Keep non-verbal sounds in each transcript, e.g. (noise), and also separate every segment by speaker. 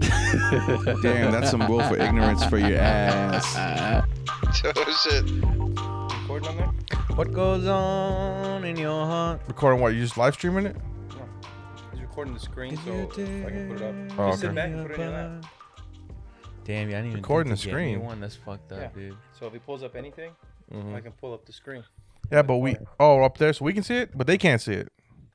Speaker 1: Damn, that's some willful ignorance for your ass.
Speaker 2: oh shit.
Speaker 3: Recording on there?
Speaker 4: What goes on in your heart?
Speaker 5: (laughs) Recording what? You just live streaming it?
Speaker 3: He's recording the screen, so I can put it up.
Speaker 5: Oh,
Speaker 3: Just sit
Speaker 5: okay.
Speaker 3: back and put it in your lap.
Speaker 4: Damn, yeah, I didn't even
Speaker 5: Recording
Speaker 4: think
Speaker 5: the
Speaker 4: to get me
Speaker 5: screen.
Speaker 4: One that's fucked up,
Speaker 3: Yeah.
Speaker 4: dude.
Speaker 3: So if he pulls up anything, I can pull up the screen.
Speaker 5: Yeah, but we oh up there so we can see it, but they can't see it.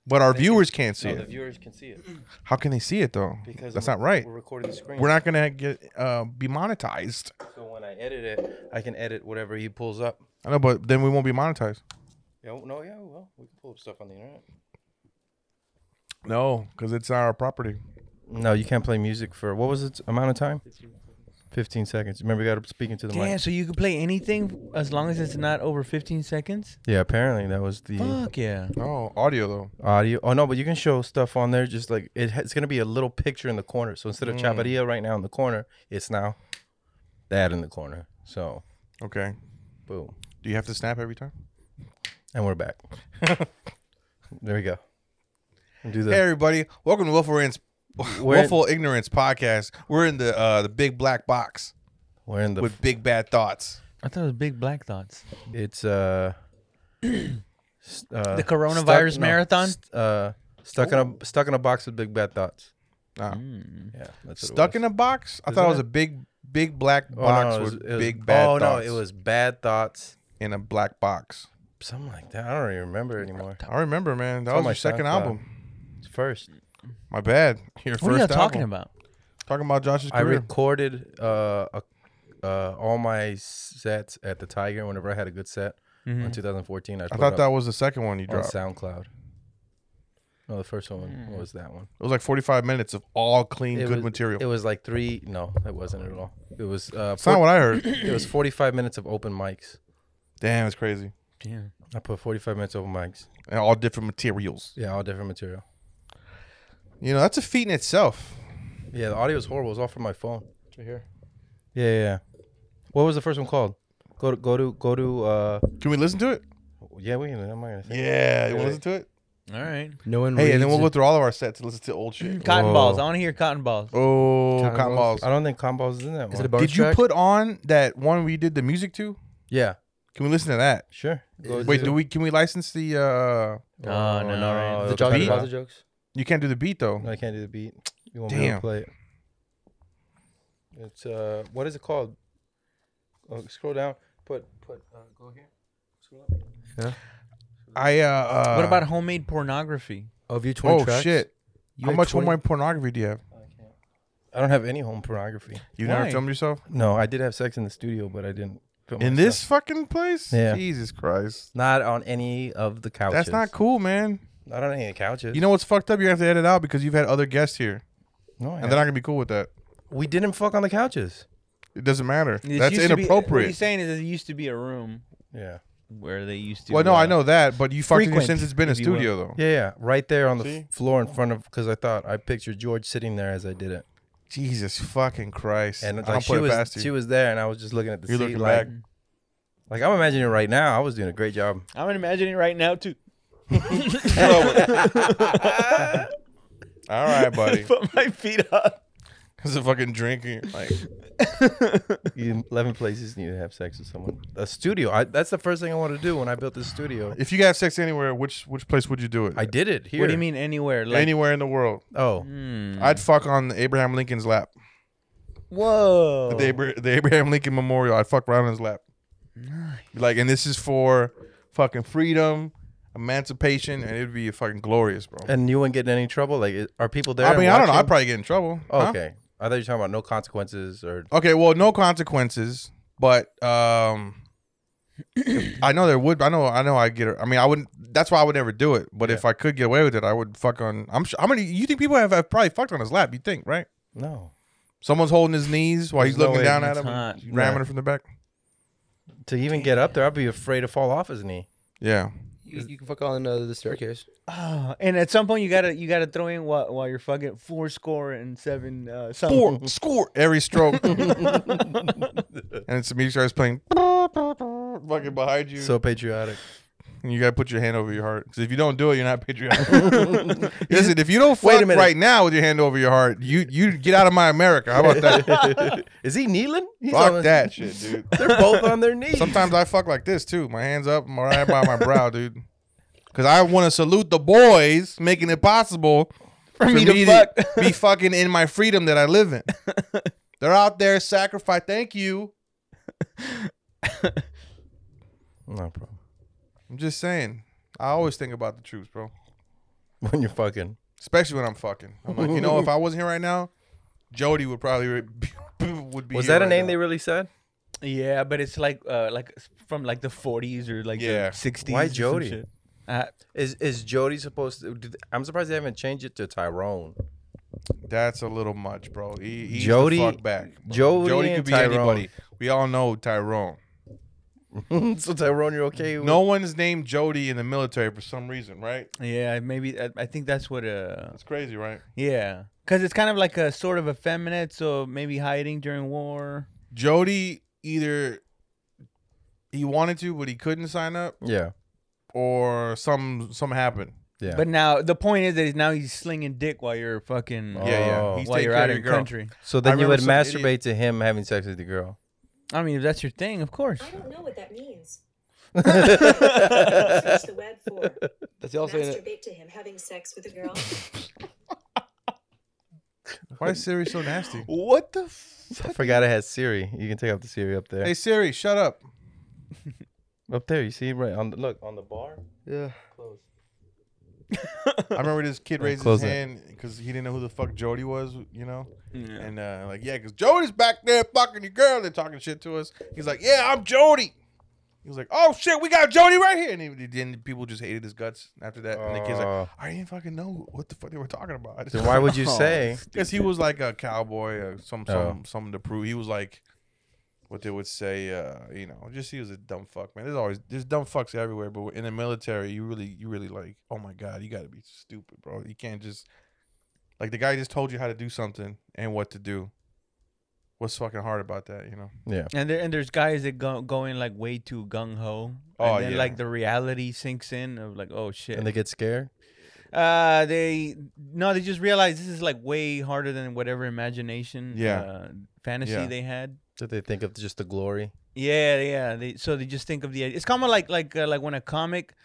Speaker 5: But our viewers can't see
Speaker 3: So the
Speaker 5: it.
Speaker 3: viewers can see it
Speaker 5: How can they see it though?
Speaker 3: because
Speaker 5: That's
Speaker 3: I'm-
Speaker 5: not right.
Speaker 3: We're recording the screen.
Speaker 5: We're not gonna get uh, be monetized.
Speaker 3: So when I edit it, I can edit whatever he pulls up.
Speaker 5: I know, but then we won't be monetized.
Speaker 3: Yeah, well, no, yeah, well, we can pull up stuff on the internet.
Speaker 5: No, because it's not our property.
Speaker 3: No, you can't play music for what was it amount of time? Fifteen seconds. Remember, you got to speak into the
Speaker 4: Damn,
Speaker 3: mic.
Speaker 4: so you can play anything as long as it's not over 15 seconds?
Speaker 3: Yeah, apparently that was the
Speaker 4: Fuck yeah.
Speaker 5: No audio though.
Speaker 3: audio. Oh no, but you can show stuff on there. Just like it, ha- it's gonna be a little picture in the corner. So
Speaker 5: Mm.
Speaker 3: instead of chaparilla right now in the corner, it's now that in the corner. So
Speaker 5: Okay.
Speaker 3: boom,
Speaker 5: Do you have to snap every time?
Speaker 3: and
Speaker 5: (laughs)
Speaker 3: we're back. there we go. And Do the
Speaker 5: Hey everybody, welcome to Willful, Ignorance- (laughs) Willful Ignorance podcast. We're in the uh, the big black box
Speaker 3: we're in the
Speaker 5: with big bad thoughts.
Speaker 4: I thought it was big black thoughts.
Speaker 5: (clears throat)
Speaker 3: it's uh, s- uh
Speaker 4: The coronavirus
Speaker 3: no,
Speaker 4: marathon?
Speaker 3: st- uh stuck in a stuck in a box with big bad thoughts.
Speaker 5: Ah.
Speaker 3: Yeah, that's what
Speaker 5: Stuck
Speaker 3: it was.
Speaker 5: in a box? I thought it was a big big black
Speaker 3: Oh, no,
Speaker 5: box
Speaker 3: it was-
Speaker 5: with
Speaker 3: it was-
Speaker 5: big bad
Speaker 3: Oh
Speaker 5: thoughts.
Speaker 3: no, it was bad thoughts.
Speaker 5: in a black box.
Speaker 3: Something like that. I don't even remember anymore.
Speaker 5: I remember, man. That
Speaker 3: on
Speaker 5: was
Speaker 3: my
Speaker 5: your second
Speaker 3: SoundCloud.
Speaker 5: album.
Speaker 3: It's first.
Speaker 5: My bad. (laughs) Your
Speaker 4: What are
Speaker 5: first
Speaker 4: you talking
Speaker 5: album.
Speaker 4: about?
Speaker 5: Talking about Josh's
Speaker 3: I
Speaker 5: career.
Speaker 3: recorded uh, a, uh, all my sets at the Tiger whenever I had a good set in 2014. I,
Speaker 5: Mm-hmm. I
Speaker 3: put
Speaker 5: thought
Speaker 3: it
Speaker 5: that
Speaker 3: up
Speaker 5: was the second one you
Speaker 3: on
Speaker 5: dropped.
Speaker 3: SoundCloud. No, the first one was that one.
Speaker 5: It was like 45 minutes of all clean,
Speaker 3: It
Speaker 5: good
Speaker 3: was,
Speaker 5: material.
Speaker 3: It was like three. No, it wasn't at all. It was. Uh,
Speaker 5: That's not what I
Speaker 3: (laughs)
Speaker 5: heard.
Speaker 3: it was 45 minutes of open mics.
Speaker 5: Damn, it's crazy.
Speaker 4: Damn.
Speaker 3: I put 45 minutes of open mics.
Speaker 5: And all different materials.
Speaker 3: Yeah, all different material.
Speaker 5: You know, that's a feat in itself.
Speaker 3: Yeah, the audio is horrible. It's all from my phone. It's right here. Yeah, yeah, yeah. What was the first one called? Go to go to go to. Uh,
Speaker 5: Can we listen to it?
Speaker 3: yeah, we. can- I'm not gonna. Say
Speaker 5: Yeah. You want to listen to it?
Speaker 4: All right.
Speaker 6: No one.
Speaker 5: Hey,
Speaker 6: reads
Speaker 5: and then we'll
Speaker 6: it.
Speaker 5: go through all of our sets and listen to old shit.
Speaker 4: Cotton
Speaker 3: Whoa.
Speaker 4: balls. I want to hear cotton balls.
Speaker 5: Oh,
Speaker 6: Cotton
Speaker 5: cotton balls.
Speaker 6: balls.
Speaker 3: I don't think Combo's is in that
Speaker 6: Is
Speaker 3: one.
Speaker 6: it a bonus
Speaker 5: Did you
Speaker 6: track?
Speaker 5: put on that one we did the music to?
Speaker 3: yeah,
Speaker 5: Can we listen to that?
Speaker 3: sure. Go
Speaker 5: Wait,
Speaker 3: to-
Speaker 5: do we? Can we license the? uh
Speaker 4: Oh,
Speaker 3: Oh,
Speaker 4: no.
Speaker 3: no,
Speaker 4: Is
Speaker 3: the
Speaker 4: it
Speaker 5: Johnny
Speaker 3: beat?
Speaker 5: Plaza You can't do the beat though.
Speaker 3: No, I can't do the beat. You won't be able
Speaker 5: Damn.
Speaker 3: to play it. It's uh, what is it called? Oh, scroll down. Put put. Uh, go here. Scroll up.
Speaker 5: I. uh, uh
Speaker 4: What about homemade pornography?
Speaker 6: of your twenty
Speaker 5: Oh
Speaker 6: tracks.
Speaker 5: shit!
Speaker 6: You
Speaker 5: How
Speaker 6: had
Speaker 5: much
Speaker 6: 20
Speaker 5: homemade pornography do you have?
Speaker 3: I don't have any home pornography.
Speaker 5: You
Speaker 4: Why?
Speaker 5: never filmed yourself
Speaker 3: No, I did have sex in the studio, but I didn't. Film
Speaker 5: in
Speaker 3: myself.
Speaker 5: this fucking place?
Speaker 3: Yeah.
Speaker 5: Jesus Christ.
Speaker 3: Not on any of the couches.
Speaker 5: That's not cool, man.
Speaker 3: Not on any of the couches.
Speaker 5: You know what's fucked up? You have to edit out because you've had other guests here,
Speaker 3: no, I
Speaker 5: and they're not gonna be cool with that.
Speaker 3: haven't. we didn't fuck on the couches.
Speaker 5: It doesn't matter.
Speaker 4: This
Speaker 5: That's
Speaker 4: used to be- what
Speaker 5: inappropriate.
Speaker 4: he's saying is it used to be a room
Speaker 3: Yeah.
Speaker 4: where they used to.
Speaker 5: well, no, I
Speaker 4: uh,
Speaker 5: know that, but you fucked in here
Speaker 4: frequent,
Speaker 5: since it's been a
Speaker 4: if you will.
Speaker 5: studio though.
Speaker 3: Yeah, yeah, right there on the
Speaker 5: See?
Speaker 3: f- floor in front of because I thought I pictured George sitting there as I did it,
Speaker 5: Jesus fucking Christ!
Speaker 3: and
Speaker 5: I
Speaker 3: it's
Speaker 5: don't
Speaker 3: like she
Speaker 5: put it
Speaker 3: was
Speaker 5: past
Speaker 3: she
Speaker 5: you.
Speaker 3: was there, and I was just looking at the
Speaker 5: You're
Speaker 3: seat
Speaker 5: looking back.
Speaker 3: like like I'm imagining it right now. I was doing a great job.
Speaker 4: I'm imagining right
Speaker 5: (laughs)
Speaker 4: now too. (laughs)
Speaker 5: All right,
Speaker 4: (laughs)
Speaker 5: buddy.
Speaker 4: Put my feet up.
Speaker 5: There's a fucking drink. in your- Like,
Speaker 3: You- Eleven places need to have sex with someone. A studio. I, that's the first thing I want to do when I built this studio.
Speaker 5: if you got sex anywhere, which which place would you do it?
Speaker 3: I did it here.
Speaker 4: What do you mean anywhere? Like, hmm.
Speaker 5: anywhere in the world.
Speaker 3: Oh,
Speaker 5: I'd fuck on Abraham Lincoln's lap.
Speaker 4: whoa.
Speaker 5: The, Abra- the Abraham Lincoln Memorial. I'd fuck right on his lap. Like, and this is for fucking freedom, emancipation, and it'd be fucking glorious, bro.
Speaker 3: and you wouldn't get in any trouble. Like, i- are people there?
Speaker 5: I
Speaker 3: and
Speaker 5: mean, I don't know. I'd
Speaker 3: watching?
Speaker 5: probably get in trouble. huh?
Speaker 3: okay. I thought you were talking about no consequences or
Speaker 5: Okay. Well, no consequences, but um, I know there would. I know. I know. I get. it. I mean, I wouldn't. That's why I would never do it. But if I could get away with it, I would fuck on. I'm sure. How many? You think people have, have probably fucked on his lap? You think, right?
Speaker 3: no.
Speaker 5: Someone's holding his knees while he's
Speaker 3: There's no
Speaker 5: looking
Speaker 3: way
Speaker 5: down at
Speaker 4: It's
Speaker 5: him,
Speaker 4: hot.
Speaker 5: and ramming it from the back.
Speaker 3: To even get up there, I'd be afraid to fall off his knee. (laughs)
Speaker 5: Yeah.
Speaker 6: You, you can fuck on uh, the staircase.
Speaker 4: Oh, (sighs) and at some point you gotta you gotta throw in while, while you're fucking four score and seven uh, something.
Speaker 5: score every
Speaker 3: (laughs)
Speaker 5: stroke. and it's the music starts playing (laughs) fucking behind you.
Speaker 3: So patriotic.
Speaker 5: and you gotta put your hand over your heart. Because if you don't do it, you're not
Speaker 3: (laughs)
Speaker 5: patriotic. Listen, if you don't
Speaker 3: Wait a
Speaker 5: fuck
Speaker 3: minute.
Speaker 5: right now with your hand over your heart, you you get out of my America. How about
Speaker 3: (laughs)
Speaker 5: that?
Speaker 3: Is he kneeling? He's on-
Speaker 5: fuck that shit, dude.
Speaker 3: They're both on their knees.
Speaker 5: Sometimes I fuck like this too. My hands up, my right by my brow, dude. Because I want to salute the boys, making it possible for
Speaker 4: me to fuck.
Speaker 5: (laughs) be fucking in my freedom that I live
Speaker 4: (laughs)
Speaker 5: in. They're out there sacrifice. Thank you.
Speaker 3: No problem.
Speaker 5: I'm just saying. I always think about the troops, bro.
Speaker 3: When you're fucking.
Speaker 5: Especially when I'm fucking. I'm like, you know, if I wasn't here right now, Jody would probably be, (laughs) would be.
Speaker 3: Was
Speaker 5: here
Speaker 3: that a
Speaker 5: right
Speaker 3: name
Speaker 5: now.
Speaker 3: they really said?
Speaker 4: Yeah, but it's like uh, like s- from like the 40s or like
Speaker 5: Yeah.
Speaker 4: the 60s.
Speaker 3: Why
Speaker 4: or some
Speaker 3: Jody?
Speaker 4: shit. Uh,
Speaker 3: Is is Jody supposed to? Do th- I'm surprised they haven't changed it to Tyrone.
Speaker 5: That's a little much, bro. He, he's Jody,
Speaker 3: Jody-
Speaker 5: the fuck back. bro.
Speaker 3: Jody
Speaker 5: Jody
Speaker 3: and
Speaker 5: could be
Speaker 3: Tyrone.
Speaker 5: anybody. We all know Tyrone.
Speaker 3: so Tyrone, you're okay? with-
Speaker 5: No one's named Jody in the military for some reason, right?
Speaker 4: yeah, maybe I, I think that's what. Uh,
Speaker 5: That's crazy, right?
Speaker 4: yeah, because it's kind of like a sort of effeminate, so maybe hiding during war.
Speaker 5: Jody either he wanted to but he couldn't sign up,
Speaker 3: Yeah.
Speaker 5: or some some happened.
Speaker 3: Yeah.
Speaker 4: But now the point is that he's- now he's slinging dick while you're fucking.
Speaker 5: Yeah, yeah.
Speaker 3: Oh.
Speaker 5: He's
Speaker 4: While
Speaker 5: taking
Speaker 4: you're
Speaker 5: care
Speaker 4: out
Speaker 5: of your
Speaker 4: in
Speaker 5: girl.
Speaker 4: country.
Speaker 3: so then you
Speaker 5: remember
Speaker 3: would
Speaker 5: some
Speaker 3: masturbate
Speaker 5: idiot-
Speaker 3: to him having sex with the girl.
Speaker 4: I mean, if that's your thing, of course.
Speaker 7: I don't know what that means. Search
Speaker 3: That's
Speaker 7: the web for
Speaker 6: That's also in it.
Speaker 7: masturbate to him having sex with a girl.
Speaker 5: Why is Siri so nasty?
Speaker 4: What the?
Speaker 3: I forgot I had Siri. You can take off the Siri up there.
Speaker 5: Hey Siri, shut up.
Speaker 3: Up there, you see right on the look on the bar.
Speaker 5: Yeah. I remember this
Speaker 3: (laughs)
Speaker 5: kid raised
Speaker 3: close
Speaker 5: his
Speaker 3: it.
Speaker 5: hand because he didn't know who the fuck Jody was, you know? And uh, like, yeah, because Jody's back there fucking your girl. They're talking shit to us. He's like, yeah, I'm Jody. He was like, oh shit, we got Jody right here. And he- then people just hated his guts after that. And the kid's
Speaker 3: Oh.
Speaker 5: like, I didn't fucking know what the fuck they were talking about. (laughs)
Speaker 3: Then why would you say?
Speaker 5: Because he was like a cowboy, uh, some some
Speaker 3: Oh.
Speaker 5: something to prove. He was like what they would say, uh, you know, just he was a dumb fuck, man. There's always there's dumb fucks everywhere, but in the military, you really you really like, oh my god, you got to be stupid, bro. You can't just like the guy just told you how to do something and what to do. What's fucking hard about that, you know?
Speaker 4: And there and there's guys that go going like way too gung ho.
Speaker 5: Oh,
Speaker 4: and then
Speaker 5: yeah.
Speaker 4: like the reality sinks in of like, oh shit.
Speaker 3: And they get scared.
Speaker 4: Uh, they no, they just realize this is like way harder than whatever imagination,
Speaker 5: Yeah.
Speaker 4: uh, fantasy
Speaker 5: Yeah.
Speaker 4: they had.
Speaker 3: Did they think of just the glory?
Speaker 4: Yeah, yeah. They so they just think of the. It's kind of like like uh, like when a comic,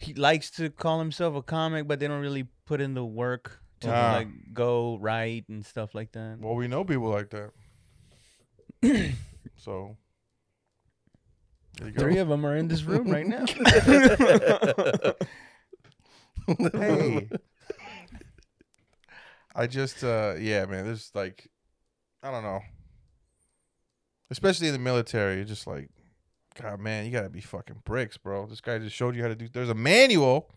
Speaker 4: he likes to call himself a comic, but they don't really put in the work to
Speaker 5: Ah.
Speaker 4: like go right and stuff like that.
Speaker 5: Well, we know people like that. so there you go.
Speaker 4: Three of them are in this room
Speaker 5: (laughs)
Speaker 4: right (laughs) now.
Speaker 5: hey. I just uh yeah, man, there's like I don't know. Especially in the military, you're just like, God man, you gotta be fucking bricks, bro. This guy just showed you how to do there's a manual.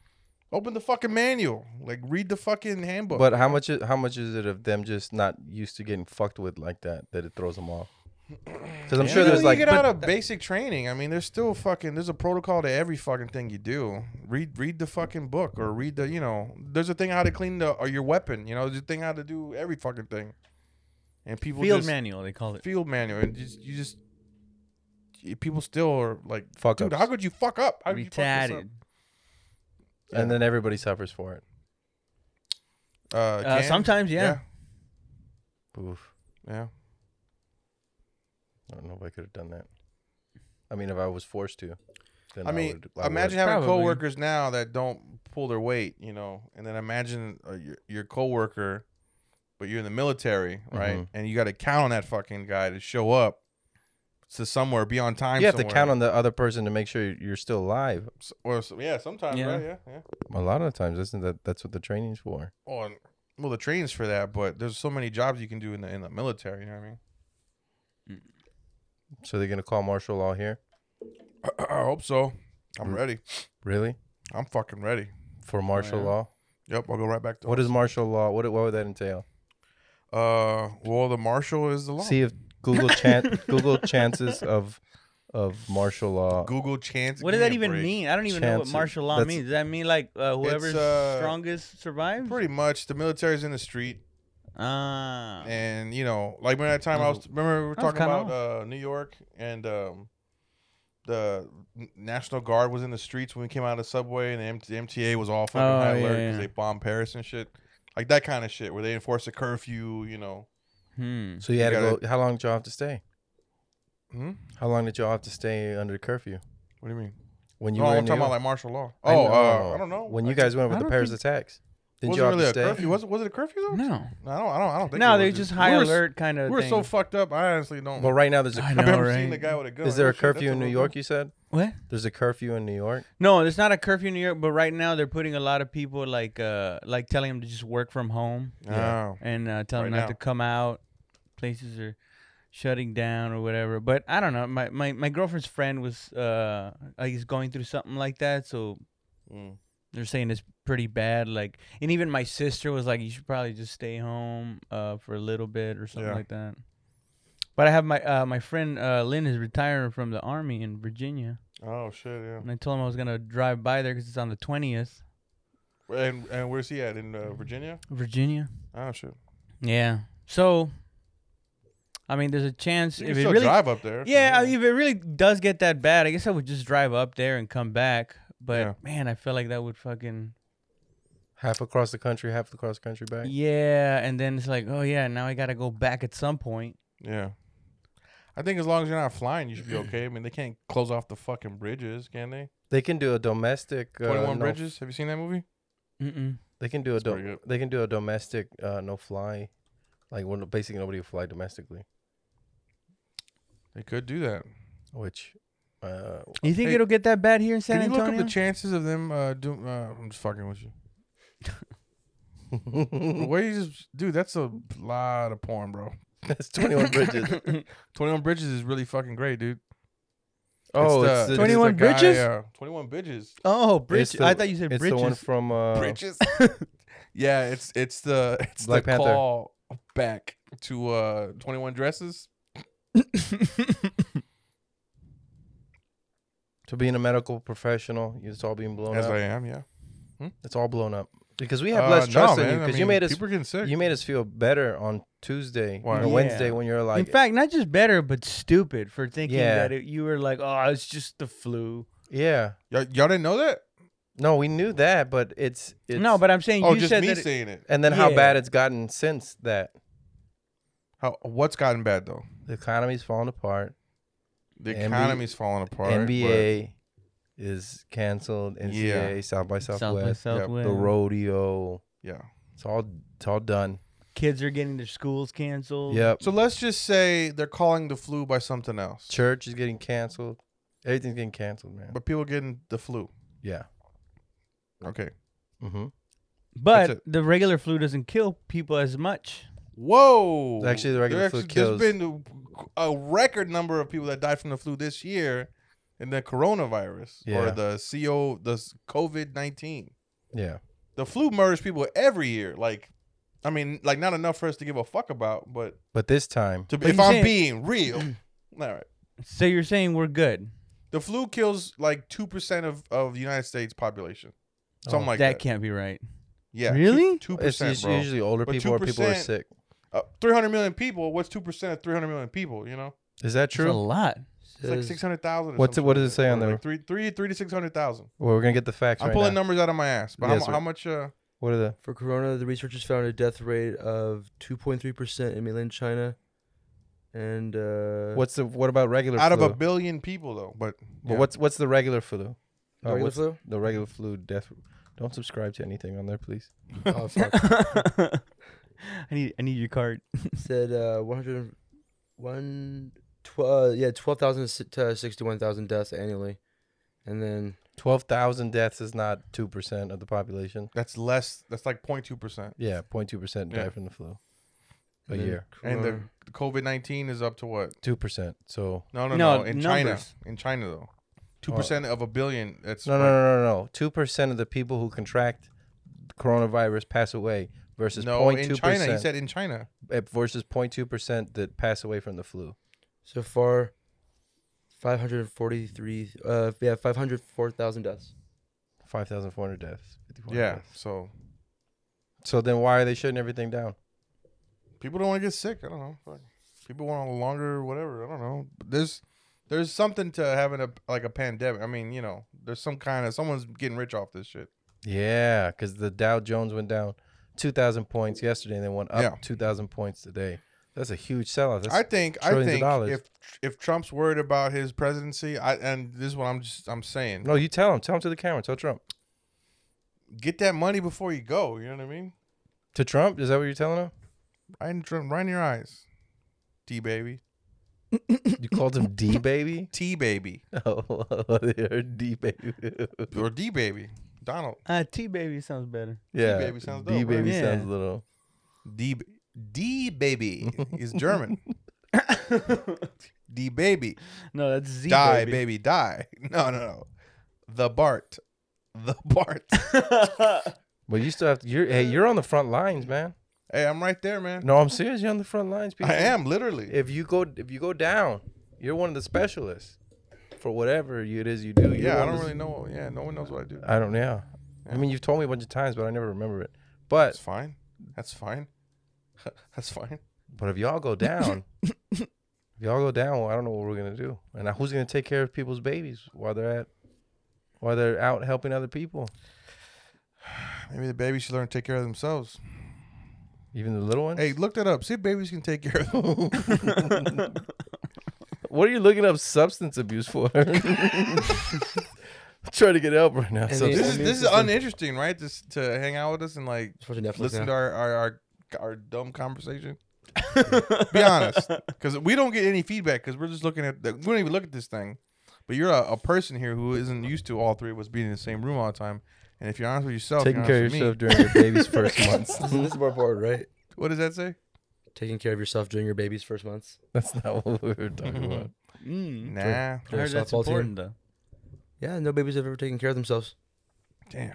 Speaker 5: Open the fucking manual. Like read the fucking handbook.
Speaker 3: But how much? Is, how much is it of them just not used to getting fucked with like that that it throws them off? Because I'm
Speaker 5: Yeah,
Speaker 3: sure
Speaker 5: even
Speaker 3: there's
Speaker 5: when
Speaker 3: like.
Speaker 5: you get out of basic training. I mean, there's still fucking there's a protocol to every fucking thing you do. Read read the fucking book or read the you know there's a thing how to clean the or your weapon. You know there's a thing how to do every fucking thing. And people
Speaker 4: Field
Speaker 5: just,
Speaker 4: manual, they call it.
Speaker 5: field manual and just you just y- people still are like
Speaker 3: Fuck
Speaker 5: dude
Speaker 3: ups.
Speaker 5: how could you fuck up how could you fuck this
Speaker 4: Retarded.
Speaker 3: and then everybody suffers for it.
Speaker 5: up? uh,
Speaker 4: Uh,
Speaker 5: can?
Speaker 4: sometimes, yeah.
Speaker 3: Oof.
Speaker 5: yeah yeah
Speaker 3: I don't know if I could have done that. I mean, if I was forced to. Then
Speaker 5: i mean
Speaker 3: would- I
Speaker 5: imagine
Speaker 3: would.
Speaker 5: having
Speaker 4: Probably.
Speaker 5: coworkers now that don't pull their weight you know and then imagine uh, your, your coworker but you're in the military right
Speaker 3: Mhm.
Speaker 5: and you got to count on that fucking guy to show up to somewhere be on time
Speaker 3: You have to
Speaker 5: somewhere.
Speaker 3: count on the other person to make sure you're still alive.
Speaker 5: S- or s- yeah sometimes
Speaker 4: Yeah.
Speaker 5: right yeah yeah
Speaker 3: A lot of times, isn't that that's what the training's for?
Speaker 5: on well the training's for that but there's so many jobs you can do in the in the military you know what i mean (clears throat)
Speaker 3: So they're gonna call martial law here?
Speaker 5: I hope so. I'm
Speaker 3: Mm.
Speaker 5: ready.
Speaker 3: Really?
Speaker 5: I'm fucking ready.
Speaker 3: For martial law?
Speaker 5: Yep, I'll go right back to
Speaker 3: What is martial law? What what would that entail?
Speaker 5: uh well the marshal is the law.
Speaker 3: See if
Speaker 5: (laughs)
Speaker 3: Google chan- Google chances of of martial law.
Speaker 5: Google chance.
Speaker 4: What
Speaker 5: give
Speaker 4: does that
Speaker 5: me a
Speaker 4: even
Speaker 5: break.
Speaker 4: mean? I don't even know what
Speaker 3: Chances.
Speaker 4: martial law
Speaker 3: That's-
Speaker 4: means. Does that mean like uh, whoever's
Speaker 5: uh,
Speaker 4: strongest survives?
Speaker 5: Pretty much the military's in the street
Speaker 4: Ah.
Speaker 5: and you know, like remember that time I was remember we were uh,
Speaker 4: That was
Speaker 5: talking about
Speaker 4: kinda
Speaker 5: uh New York and um the National Guard was in the streets when we came out of the subway, and the, M- the MTA was all fucking
Speaker 8: Oh,
Speaker 5: high alert
Speaker 8: yeah,
Speaker 5: 'cause
Speaker 8: yeah.
Speaker 5: they bombed Paris and shit, like that kind of shit where they enforce a curfew. You know,
Speaker 4: Hmm.
Speaker 3: So you had to
Speaker 5: gotta-
Speaker 3: go. How long did y'all have to stay?
Speaker 5: Hmm?
Speaker 3: How long did y'all have to stay under curfew
Speaker 5: what do you mean?
Speaker 3: when you
Speaker 5: no,
Speaker 3: were in
Speaker 5: I'm
Speaker 3: New
Speaker 5: talking about
Speaker 3: York?
Speaker 5: like martial law.
Speaker 3: I
Speaker 5: Oh,
Speaker 3: know.
Speaker 5: uh, I don't know.
Speaker 3: When you
Speaker 5: I-
Speaker 3: guys went with
Speaker 4: I
Speaker 3: the
Speaker 4: don't
Speaker 3: Paris
Speaker 4: think-
Speaker 3: attacks, didn't
Speaker 5: wasn't
Speaker 3: you have
Speaker 5: really
Speaker 3: to
Speaker 5: a
Speaker 3: stay?
Speaker 5: curfew? Was it? Was it a curfew though? No,
Speaker 4: No.
Speaker 5: I don't. I don't. I don't think.
Speaker 4: No,
Speaker 5: it was.
Speaker 4: they're
Speaker 5: It-
Speaker 4: just high
Speaker 5: we were s-
Speaker 4: alert kind of.
Speaker 5: We were so
Speaker 4: thing.
Speaker 5: fucked up. I honestly don't. (laughs)
Speaker 3: Well, right now there's
Speaker 4: I
Speaker 3: a.
Speaker 4: know,
Speaker 5: I've never (laughs)
Speaker 4: right?
Speaker 5: seen the guy with a gun.
Speaker 3: Is there a
Speaker 5: That shit- that's
Speaker 3: curfew in New
Speaker 5: little-
Speaker 3: York? You said
Speaker 4: What?
Speaker 3: there's a curfew in New York.
Speaker 4: No, there's not a curfew in New York, but right now they're putting a lot of people like uh like telling them to just work from home
Speaker 5: No.
Speaker 4: and uh, telling them
Speaker 5: Right
Speaker 4: not to
Speaker 5: now.
Speaker 4: come out. Places are shutting down or whatever. But I don't know. My my, my girlfriend's friend was uh like he's going through something like that, so
Speaker 5: Mm.
Speaker 4: they're saying it's pretty bad. Like and even my sister was like, You should probably just stay home uh for a little bit or something
Speaker 5: Yeah.
Speaker 4: like that. But I have my uh, my friend uh, Lynn is retiring from the army in Virginia,
Speaker 5: Oh shit! Yeah.
Speaker 4: and I told him I was gonna drive by there because it's on the twentieth.
Speaker 5: And and where's he at in uh, Virginia?
Speaker 4: Virginia.
Speaker 5: Oh shit!
Speaker 4: Yeah. So, I mean, there's a chance
Speaker 5: You
Speaker 4: if
Speaker 5: can
Speaker 4: it
Speaker 5: still
Speaker 4: really,
Speaker 5: drive up there.
Speaker 4: yeah, if it really does get that bad, I guess I would just drive up there and come back. But
Speaker 5: Yeah.
Speaker 4: man, I feel like that would fucking
Speaker 3: Half across the country, half across the country back.
Speaker 4: yeah. And then it's like, oh yeah, now I gotta go back at some point.
Speaker 5: Yeah. I think as long as you're not flying, you should (clears throat) be okay. I mean, they can't close off the fucking bridges, can they?
Speaker 3: They can do a domestic. Uh,
Speaker 5: Twenty One
Speaker 3: no-
Speaker 5: Bridges. Have you seen that movie?
Speaker 4: Mm-mm.
Speaker 3: They can do a
Speaker 5: pretty
Speaker 3: do-
Speaker 5: good.
Speaker 3: they can do a domestic uh, no fly, like when basically nobody will fly domestically.
Speaker 5: They could do that.
Speaker 3: Which, uh, (laughs)
Speaker 4: You think
Speaker 5: Hey,
Speaker 4: it'll get that bad here in San
Speaker 5: Can you look
Speaker 4: Antonio?
Speaker 5: up the chances of them uh, doing? Uh, I'm just fucking (laughs) with you. Where you just, dude? That's a lot of porn, bro.
Speaker 3: that's twenty one (laughs) bridges.
Speaker 5: Twenty One Bridges is really fucking great, dude.
Speaker 3: Oh,
Speaker 5: the-
Speaker 3: it's the-
Speaker 4: 21
Speaker 5: guy,
Speaker 4: Bridges?
Speaker 5: uh, Twenty One Bridges.
Speaker 4: oh,
Speaker 3: It's
Speaker 4: bridge.
Speaker 3: the-
Speaker 4: I thought you said
Speaker 3: it's
Speaker 4: bridges.
Speaker 3: the one from uh, (laughs)
Speaker 5: bridges. yeah, it's it's the (laughs) it's
Speaker 3: Black
Speaker 5: the
Speaker 3: Panther.
Speaker 5: call back to uh 21 dresses. (laughs)
Speaker 3: to being a medical professional. It's all being blown
Speaker 5: As
Speaker 3: up.
Speaker 5: I am, yeah.
Speaker 3: it's all blown up because we have
Speaker 5: Uh,
Speaker 3: less
Speaker 5: no,
Speaker 3: trust in
Speaker 5: man,
Speaker 3: you
Speaker 5: I
Speaker 3: because you
Speaker 5: mean,
Speaker 3: made us
Speaker 5: people are getting sick.
Speaker 3: you made us feel better on Tuesday
Speaker 5: Why?
Speaker 3: or
Speaker 5: Yeah.
Speaker 3: Wednesday when you're
Speaker 4: in
Speaker 3: like,
Speaker 4: fact, not just better, but stupid for thinking
Speaker 3: Yeah.
Speaker 4: that it, you were like, oh, it's just the flu.
Speaker 3: yeah,
Speaker 5: y'all, y'all didn't know that?
Speaker 3: no, we knew that, but it's, it's
Speaker 4: no, but I'm saying
Speaker 5: Oh,
Speaker 4: you
Speaker 5: just
Speaker 4: said
Speaker 5: me
Speaker 4: that. it-
Speaker 5: saying it.
Speaker 3: and then how
Speaker 4: yeah.
Speaker 3: bad it's gotten since that.
Speaker 5: How what's gotten bad though?
Speaker 3: The economy's falling apart.
Speaker 5: The
Speaker 3: NB
Speaker 5: economy's falling apart. but-
Speaker 3: NBA is canceled. NCAA, South by Southwest, the rodeo.
Speaker 5: yeah.
Speaker 3: It's all it's all done.
Speaker 4: Kids are getting their schools canceled.
Speaker 3: Yep.
Speaker 5: So let's just say they're calling the flu by something else.
Speaker 3: Church is getting canceled. Everything's getting canceled, man.
Speaker 5: But people getting the flu.
Speaker 3: Yeah.
Speaker 5: Okay.
Speaker 3: hmm
Speaker 4: But
Speaker 5: it.
Speaker 4: the regular flu doesn't kill people as much.
Speaker 5: Whoa.
Speaker 3: Actually, the regular
Speaker 5: There
Speaker 3: flu kills-
Speaker 5: There's been a record number of people that died from the flu this year in the coronavirus
Speaker 3: Yeah.
Speaker 5: or the CO the COVID 19.
Speaker 3: Yeah.
Speaker 5: The flu murders people every year. Like I mean, like not enough for us to give a fuck about, but
Speaker 3: But this time,
Speaker 5: to
Speaker 4: But
Speaker 5: if
Speaker 4: you Mm.
Speaker 5: I'm
Speaker 4: said-
Speaker 5: being real. All right.
Speaker 4: So you're saying we're good.
Speaker 5: The flu kills like 2% of of the United States population. Something like
Speaker 4: that,
Speaker 5: that.
Speaker 4: can't be right.
Speaker 5: yeah.
Speaker 4: Really?
Speaker 5: 2%,
Speaker 3: Oh. it's us-
Speaker 5: bro.
Speaker 3: usually older
Speaker 5: But
Speaker 3: people or people who are
Speaker 5: 2%
Speaker 3: sick.
Speaker 5: Uh, 300 million people, what's 2% of 300 million people, you know?
Speaker 3: Is that
Speaker 4: That's a
Speaker 3: true?
Speaker 4: lot.
Speaker 5: It's like six hundred thousand.
Speaker 3: What's it- what does it say on there?
Speaker 5: Like three, three, three to six hundred thousand.
Speaker 3: Well, we're gonna get the facts
Speaker 5: I'm
Speaker 3: right
Speaker 5: pulling
Speaker 3: now.
Speaker 5: numbers out of my ass, but
Speaker 3: Yes,
Speaker 5: how,
Speaker 3: sir.
Speaker 5: mu- how much? Uh,
Speaker 3: what are the?
Speaker 6: For corona, the researchers found a death rate of 2.3% in mainland China. And uh,
Speaker 3: What's the? What about regular?
Speaker 5: out of
Speaker 3: flu?
Speaker 5: a billion people, though. But,
Speaker 3: But
Speaker 5: yeah.
Speaker 3: what's what's the regular flu? Uh,
Speaker 6: regular
Speaker 3: what's
Speaker 5: (laughs)
Speaker 6: oh, flu?
Speaker 3: The regular flu death. Don't subscribe to anything on there, please.
Speaker 6: Oh, fuck.
Speaker 4: (laughs) I need I need your card.
Speaker 6: said uh, 100, one, tw- uh, yeah, 12,000 to 61,000 uh, deaths annually. And then,
Speaker 3: Twelve thousand deaths is not two percent of the population.
Speaker 5: that's less. That's like 0.2 percent.
Speaker 3: Yeah, 0.2 percent die
Speaker 5: Yeah.
Speaker 3: from the flu a
Speaker 6: and then
Speaker 3: year.
Speaker 5: And the,
Speaker 6: corona.
Speaker 5: the COVID 19 is up to what?
Speaker 3: Two percent. So
Speaker 5: No, no,
Speaker 4: No,
Speaker 5: no. In
Speaker 4: numbers.
Speaker 5: China, in China though, two percent of a billion. That's
Speaker 3: Oh. no, no, no, no, no. Two percent of the people who contract coronavirus pass away versus
Speaker 5: No, in
Speaker 3: 0.2
Speaker 5: China, he
Speaker 3: percent eh,
Speaker 5: said in China.
Speaker 3: versus 0.2 percent that pass away from the flu.
Speaker 6: so far, 543, uh, yeah, 504,000 deaths.
Speaker 3: Five thousand four hundred deaths. 5,400
Speaker 5: Yeah.
Speaker 3: deaths.
Speaker 5: So
Speaker 3: So then why are they shutting everything down?
Speaker 5: people don't want to get sick. I don't know. Fuck. People want a longer, whatever. I don't know. But There's There's something to having a like a pandemic. I mean, you know, there's some kind of someone's getting rich off this shit.
Speaker 3: Yeah, because the Dow Jones went down 2,000 points yesterday and then went up
Speaker 5: Yeah.
Speaker 3: 2,000 points today. That's a huge sellout. That's,
Speaker 5: I think I
Speaker 3: trillions of
Speaker 5: think
Speaker 3: dollars.
Speaker 5: if if Trump's worried about his presidency, I and this is what I'm just I'm saying.
Speaker 3: no, you tell him. Tell him to the camera. Tell Trump.
Speaker 5: Get that money before you go. You know what I mean?
Speaker 3: To Trump? Is that what you're telling him?
Speaker 5: Right in, Trump, right in your eyes. T baby.
Speaker 3: You called him D baby? (laughs)
Speaker 5: T baby.
Speaker 3: Oh, (laughs) they're D baby.
Speaker 5: Or D baby. Donald.
Speaker 4: Uh, T baby sounds better.
Speaker 3: yeah.
Speaker 5: D-baby sounds dope,
Speaker 3: D baby
Speaker 4: right?
Speaker 3: sounds a
Speaker 4: Yeah.
Speaker 3: little.
Speaker 5: D D (laughs) baby is German. D baby.
Speaker 4: No, that's Z
Speaker 5: die,
Speaker 4: baby.
Speaker 5: baby. die. (laughs) No, no, no. The Bart. The Bart. (laughs)
Speaker 3: But you still have to. You're, hey, you're on the front lines, man.
Speaker 5: hey, I'm right there, man.
Speaker 3: No, I'm serious. You're on the front lines, people.
Speaker 5: I am literally.
Speaker 3: If you go, if you go down, you're one of the specialists for whatever it is you do. You're
Speaker 5: yeah, I
Speaker 3: one of
Speaker 5: don't
Speaker 3: the-
Speaker 5: really know. Yeah, no one knows what I do.
Speaker 3: I don't know. I mean, you've told me a bunch of times, but I never remember it. But
Speaker 5: That's fine. That's fine. (laughs) That's fine.
Speaker 3: but if y'all go
Speaker 5: (laughs)
Speaker 3: down, if y'all go down, well, I don't know what we're gonna do. And who's gonna take care of people's babies while they're at while they're out helping other people,
Speaker 5: Maybe the babies should learn to take care of themselves.
Speaker 3: even the little ones?
Speaker 5: Hey, look that up. See if babies can take care of them.
Speaker 3: (laughs)
Speaker 5: (laughs)
Speaker 3: What are you looking up substance
Speaker 5: (laughs)
Speaker 3: abuse for? (laughs) Trying to get help right now.
Speaker 6: And
Speaker 3: So
Speaker 6: these-
Speaker 5: This is this
Speaker 6: I mean, it's
Speaker 5: is
Speaker 6: just a-
Speaker 5: uninteresting, right? Just to hang out with us and like
Speaker 6: It's watching Netflix
Speaker 5: listen
Speaker 6: now.
Speaker 5: to our our, our our dumb
Speaker 3: (laughs)
Speaker 5: conversation. Be honest, because we don't get any feedback because we're just looking at the, we don't even look at this thing. But you're a, a person here who isn't used to all three of us being in the same room all the time. And if you're honest with yourself,
Speaker 3: taking
Speaker 5: you're
Speaker 3: care of
Speaker 5: honest
Speaker 3: yourself
Speaker 5: with
Speaker 3: during your baby's first
Speaker 5: (laughs)
Speaker 6: (laughs)
Speaker 3: months.
Speaker 6: Listen, this is more important, right?
Speaker 5: Me, what does that say?
Speaker 6: Taking care of yourself during your baby's first months.
Speaker 3: That's not what we were talking
Speaker 5: Mm-hmm.
Speaker 3: about.
Speaker 4: Mm.
Speaker 5: Nah,
Speaker 4: I heard that's
Speaker 6: softball team.
Speaker 4: important though.
Speaker 6: Yeah, no babies have ever taken care of themselves.
Speaker 5: damn.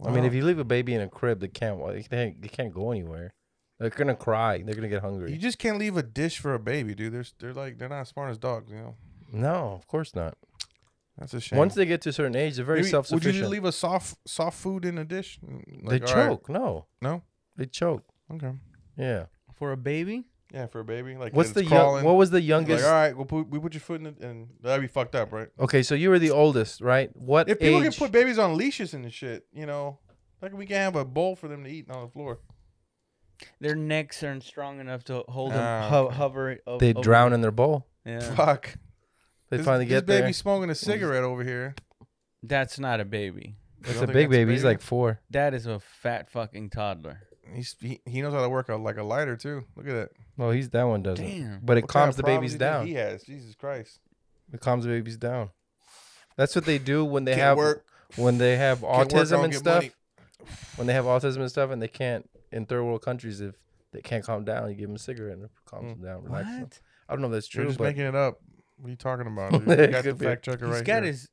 Speaker 3: I mean,
Speaker 5: Wow.
Speaker 3: if you leave a baby in a crib, they can't. wa- They can't, they can't go anywhere. They're gonna cry. They're gonna get hungry.
Speaker 5: you just can't leave a dish for a baby, dude. They're s- they're like they're not as smart as dogs, you know.
Speaker 3: no, of course not.
Speaker 5: That's a shame.
Speaker 3: Once they get to a certain age, they're very
Speaker 5: Maybe-
Speaker 3: self
Speaker 5: Would you just
Speaker 3: sufficient.
Speaker 5: leave a soft soft food in a dish? Mm,
Speaker 3: they
Speaker 5: Like, all right,
Speaker 3: choke. No,
Speaker 5: No.
Speaker 3: they choke.
Speaker 5: Okay.
Speaker 3: Yeah.
Speaker 4: For a baby?
Speaker 5: Yeah, for a baby. Like
Speaker 3: What's
Speaker 5: it's
Speaker 3: the
Speaker 5: crawling.
Speaker 3: young, what was the
Speaker 5: Like,
Speaker 3: youngest?
Speaker 5: all right, we'll put we put your foot in it, and that'd be fucked up, right?
Speaker 3: Okay, so you were the oldest, right? What
Speaker 5: If people
Speaker 3: age?
Speaker 5: can put babies on leashes and shit, you know, like we can have a bowl for them to eat on the floor.
Speaker 4: Their necks aren't strong enough to hold them,
Speaker 5: Ah,
Speaker 4: ho-
Speaker 5: okay.
Speaker 4: hover. o-
Speaker 3: they
Speaker 4: over
Speaker 3: drown
Speaker 4: them.
Speaker 3: in their bowl.
Speaker 4: Yeah.
Speaker 5: Fuck.
Speaker 3: They
Speaker 5: oh, this,
Speaker 3: finally
Speaker 5: this
Speaker 3: get
Speaker 5: baby
Speaker 3: there.
Speaker 5: smoking a cigarette over here.
Speaker 4: That's not a baby.
Speaker 3: That's
Speaker 5: don't
Speaker 3: a
Speaker 5: think
Speaker 3: big
Speaker 5: that's a
Speaker 3: baby. He's
Speaker 5: baby?
Speaker 3: like four.
Speaker 4: That is a fat fucking toddler.
Speaker 5: He's, he he knows how to work a, like a lighter too. Look at that.
Speaker 3: Well, he's that one doesn't.
Speaker 4: Damn.
Speaker 3: But it
Speaker 5: What kind
Speaker 3: calms
Speaker 5: of
Speaker 3: the
Speaker 5: problems
Speaker 3: babies
Speaker 5: do you think
Speaker 3: down.
Speaker 5: He has Jesus Christ.
Speaker 3: It calms the babies down. That's what they do when they
Speaker 5: Can't
Speaker 3: have
Speaker 5: work.
Speaker 3: when they have
Speaker 5: Can't work,
Speaker 3: autism
Speaker 5: don't
Speaker 3: and
Speaker 5: get
Speaker 3: stuff.
Speaker 5: money.
Speaker 3: When they have autism and stuff, and they can't in third world countries if they can't calm down, you give them a cigarette and it calms them down. Relax them.
Speaker 4: What?
Speaker 3: I don't know if that's
Speaker 5: You're
Speaker 3: true,
Speaker 5: Hmm. just
Speaker 3: but
Speaker 5: making it up. What are you talking
Speaker 3: (laughs)
Speaker 5: about? dude?
Speaker 3: It
Speaker 5: You got the
Speaker 3: could be.
Speaker 5: fact checker
Speaker 4: He's
Speaker 5: right
Speaker 4: got
Speaker 5: here.
Speaker 4: his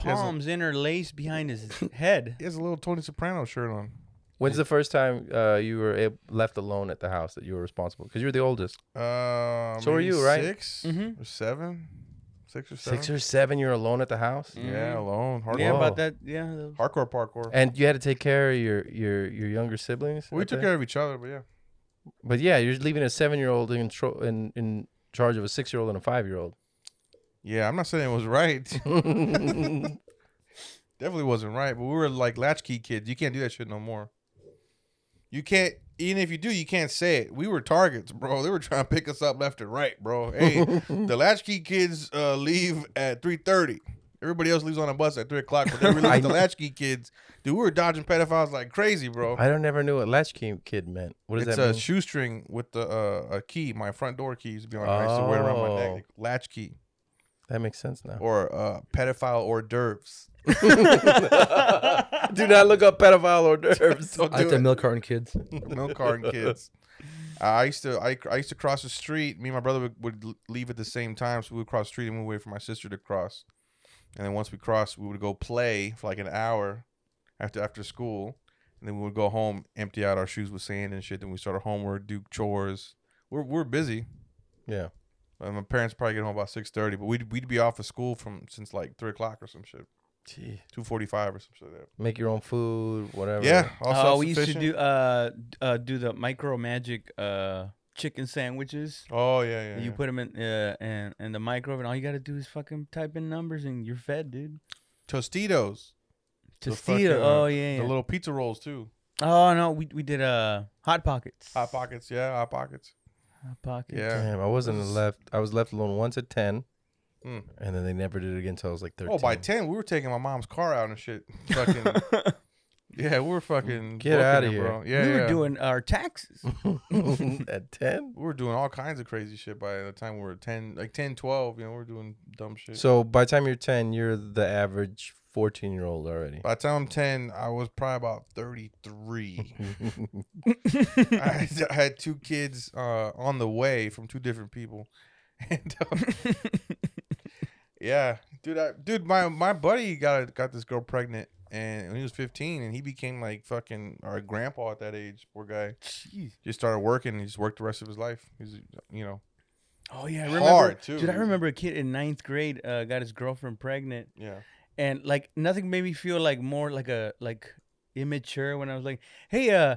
Speaker 5: He has a-
Speaker 4: palms interlaced behind his
Speaker 5: (laughs)
Speaker 4: head.
Speaker 5: He has a little Tony Soprano shirt on.
Speaker 3: when's the first time uh, you were ab- left alone at the house that you were responsible? Because you were the oldest.
Speaker 5: Uh,
Speaker 3: So are
Speaker 5: maybe
Speaker 3: you, right? Mm-hmm.
Speaker 5: 6
Speaker 4: Mhm.
Speaker 5: or seven, six or seven.
Speaker 3: Six Mm-hmm. or seven, you're alone at the house,
Speaker 5: yeah, alone. Hardcore,
Speaker 4: Yeah,
Speaker 3: Whoa.
Speaker 4: about that. Yeah. that was-
Speaker 5: hardcore parkour.
Speaker 3: and you had to take care of your your your younger siblings.
Speaker 5: we
Speaker 3: at
Speaker 5: took
Speaker 3: the-
Speaker 5: care of each other, but yeah,
Speaker 3: but yeah, you're leaving a seven year old in control in in charge of a six year old and a five year old.
Speaker 5: yeah. I'm not saying it was right. (laughs) Definitely wasn't right. But we were like latchkey kids. You can't do that shit no more. You can't. Even if you do, you can't say it. We were targets, bro. They were trying to pick us up left and right, bro.
Speaker 3: (laughs)
Speaker 5: Hey, the latchkey kids uh, leave at three thirty. Everybody else leaves on a bus at three o'clock,
Speaker 3: (laughs)
Speaker 5: but they
Speaker 3: I-
Speaker 5: released the latchkey kids. Dude, we were dodging pedophiles like crazy, bro.
Speaker 3: I don't never knew what latchkey kid meant. What does
Speaker 5: Oh. it's
Speaker 3: that
Speaker 5: a
Speaker 3: mean?
Speaker 5: shoestring with the uh, a key. My front door key used to be on. I used to wear it around my neck,
Speaker 3: Oh.
Speaker 5: like latch key
Speaker 3: that makes sense now.
Speaker 5: or uh, pedophile hors d'oeuvres.
Speaker 3: (laughs) Do not look up pedophile hors d'oeuvres.
Speaker 5: Don't
Speaker 6: I like
Speaker 5: do
Speaker 6: the
Speaker 5: it.
Speaker 6: milk carton kids.
Speaker 5: Milk carton kids. I used to I, I used to cross the street. Me and my brother would, would l- leave at the same time, so we would cross the street and we would wait for my sister to cross. And then once we crossed, we would go play for like an hour after after school, and then we would go home, empty out our shoes with sand and shit. Then we started homework, do chores. We're we're busy.
Speaker 3: (laughs) yeah.
Speaker 5: Uh, my parents probably get home about six thirty, but we'd we'd be off of school from since like three o'clock or some shit,
Speaker 3: Gee.
Speaker 5: two forty five or some shit. Like
Speaker 3: Make your own food, whatever.
Speaker 5: that. Yeah, all
Speaker 4: Oh, we used to
Speaker 5: self-sufficient.
Speaker 4: do uh, d- uh do the micro magic uh chicken sandwiches.
Speaker 5: Oh yeah, yeah.
Speaker 4: You
Speaker 5: You
Speaker 4: put them in uh, and in the microwave, and all you gotta do is fucking type in numbers, and you're fed, dude.
Speaker 5: Tostitos, The fucking, uh,
Speaker 4: Tostito. Oh yeah. yeah.
Speaker 5: the little pizza rolls too.
Speaker 4: oh no, we we did uh hot pockets.
Speaker 5: Hot pockets, yeah, hot pockets.
Speaker 4: Hot pockets.
Speaker 5: Yeah.
Speaker 3: Damn, I wasn't left. I was left alone once at ten,
Speaker 5: Mm.
Speaker 3: and then they never did it again until I was like thirteen.
Speaker 5: Oh, by ten, we were taking my mom's car out and
Speaker 4: (laughs)
Speaker 5: shit. Fucking yeah, we were fucking
Speaker 3: Get
Speaker 5: booking
Speaker 3: outta
Speaker 5: it,
Speaker 3: here.
Speaker 5: bro. Yeah,
Speaker 4: we were
Speaker 5: yeah.
Speaker 4: doing our taxes.
Speaker 3: (laughs) at ten.
Speaker 5: we were doing all kinds of crazy shit by the time we were 10 like 10 12 you know we were doing dumb shit
Speaker 3: So by the time you're ten, you're the average fourteen year old already.
Speaker 5: by the time i'm 10 i was probably about 33 I, had- I had two kids uh, on the way from two different people (laughs) and uh, yeah dude I, dude my, my buddy got got this girl pregnant and when he was 15 and he became like fucking our grandpa at that age poor guy just started working he just worked the rest of his life he's you know
Speaker 4: oh yeah, I
Speaker 5: Hard,
Speaker 4: remember,
Speaker 5: too.
Speaker 4: Dude, I remember a kid in ninth grade uh, got his girlfriend pregnant,
Speaker 5: yeah
Speaker 4: and like nothing made me feel like more like a like immature when I was like, hey, uh.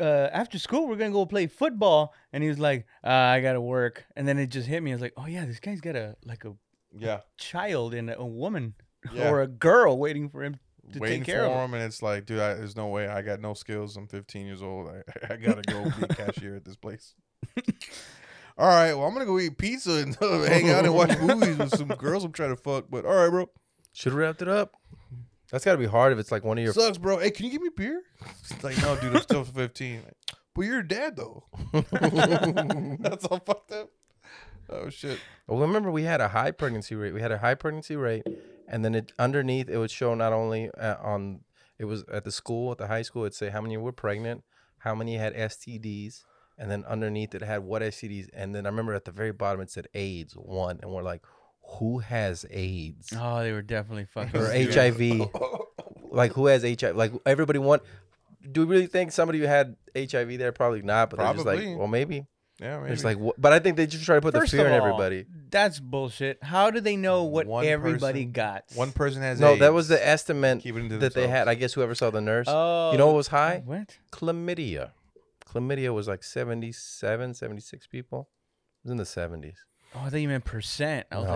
Speaker 4: Uh, after school, we're gonna go play football, and he was like, uh, "I gotta work," and then it just hit me. I was like, "Oh yeah, this guy's got a like a
Speaker 5: yeah
Speaker 4: child and a woman
Speaker 5: Yeah.
Speaker 4: or a girl waiting for him to
Speaker 5: waiting
Speaker 4: take care
Speaker 5: for
Speaker 4: of.
Speaker 5: him, and it's like, dude, I, there's no way. I got no skills. I'm 15 years old. I, (laughs) I gotta go be a cashier at this
Speaker 3: (laughs)
Speaker 5: place. all right, well, I'm gonna go eat pizza and (laughs) hang out and watch movies with
Speaker 3: (laughs)
Speaker 5: some girls I'm trying to fuck. But all right, bro,
Speaker 3: Should have wrapped it up. That's got to be hard if it's like one of your.
Speaker 5: sucks, bro. Hey, can you give me beer? (laughs) It's like, no, dude, I'm still 15. Like, but you're a dad
Speaker 3: (laughs)
Speaker 5: though. (laughs) That's all fucked up. Oh shit.
Speaker 3: Well, remember we had a high pregnancy rate. We had a high pregnancy rate, and then it underneath it would show not only uh, on it was at the school at the high school it'd say how many were pregnant, how many had STDs, and then underneath it had what STDs, and then I remember at the very bottom it said AIDS one, and we're like, who has AIDS
Speaker 4: Oh, they were definitely fucking. (laughs)
Speaker 3: or
Speaker 4: stupid.
Speaker 3: HIV? like who has HIV? Like everybody want. Do you really think somebody who had HIV there? Probably not. But they're just
Speaker 5: Probably.
Speaker 3: like, well, maybe.
Speaker 5: Yeah, man.
Speaker 3: It's like, wh- but I think they just try to put
Speaker 4: First
Speaker 3: the fear
Speaker 4: of
Speaker 3: in
Speaker 4: all,
Speaker 3: everybody.
Speaker 4: That's bullshit. How do they know what
Speaker 5: One
Speaker 4: everybody
Speaker 5: person-
Speaker 4: got?
Speaker 5: one person has
Speaker 3: No, that was
Speaker 5: AIDS.
Speaker 3: the estimate
Speaker 5: Keep it into
Speaker 3: that they
Speaker 5: themselves.
Speaker 3: had. I guess whoever saw the nurse.
Speaker 4: Oh,
Speaker 3: you know what was high?
Speaker 4: What?
Speaker 3: Chlamydia. Chlamydia was like 77, 76 people. It was in the 70s.
Speaker 4: Oh, I thought you meant percent. I was
Speaker 3: no,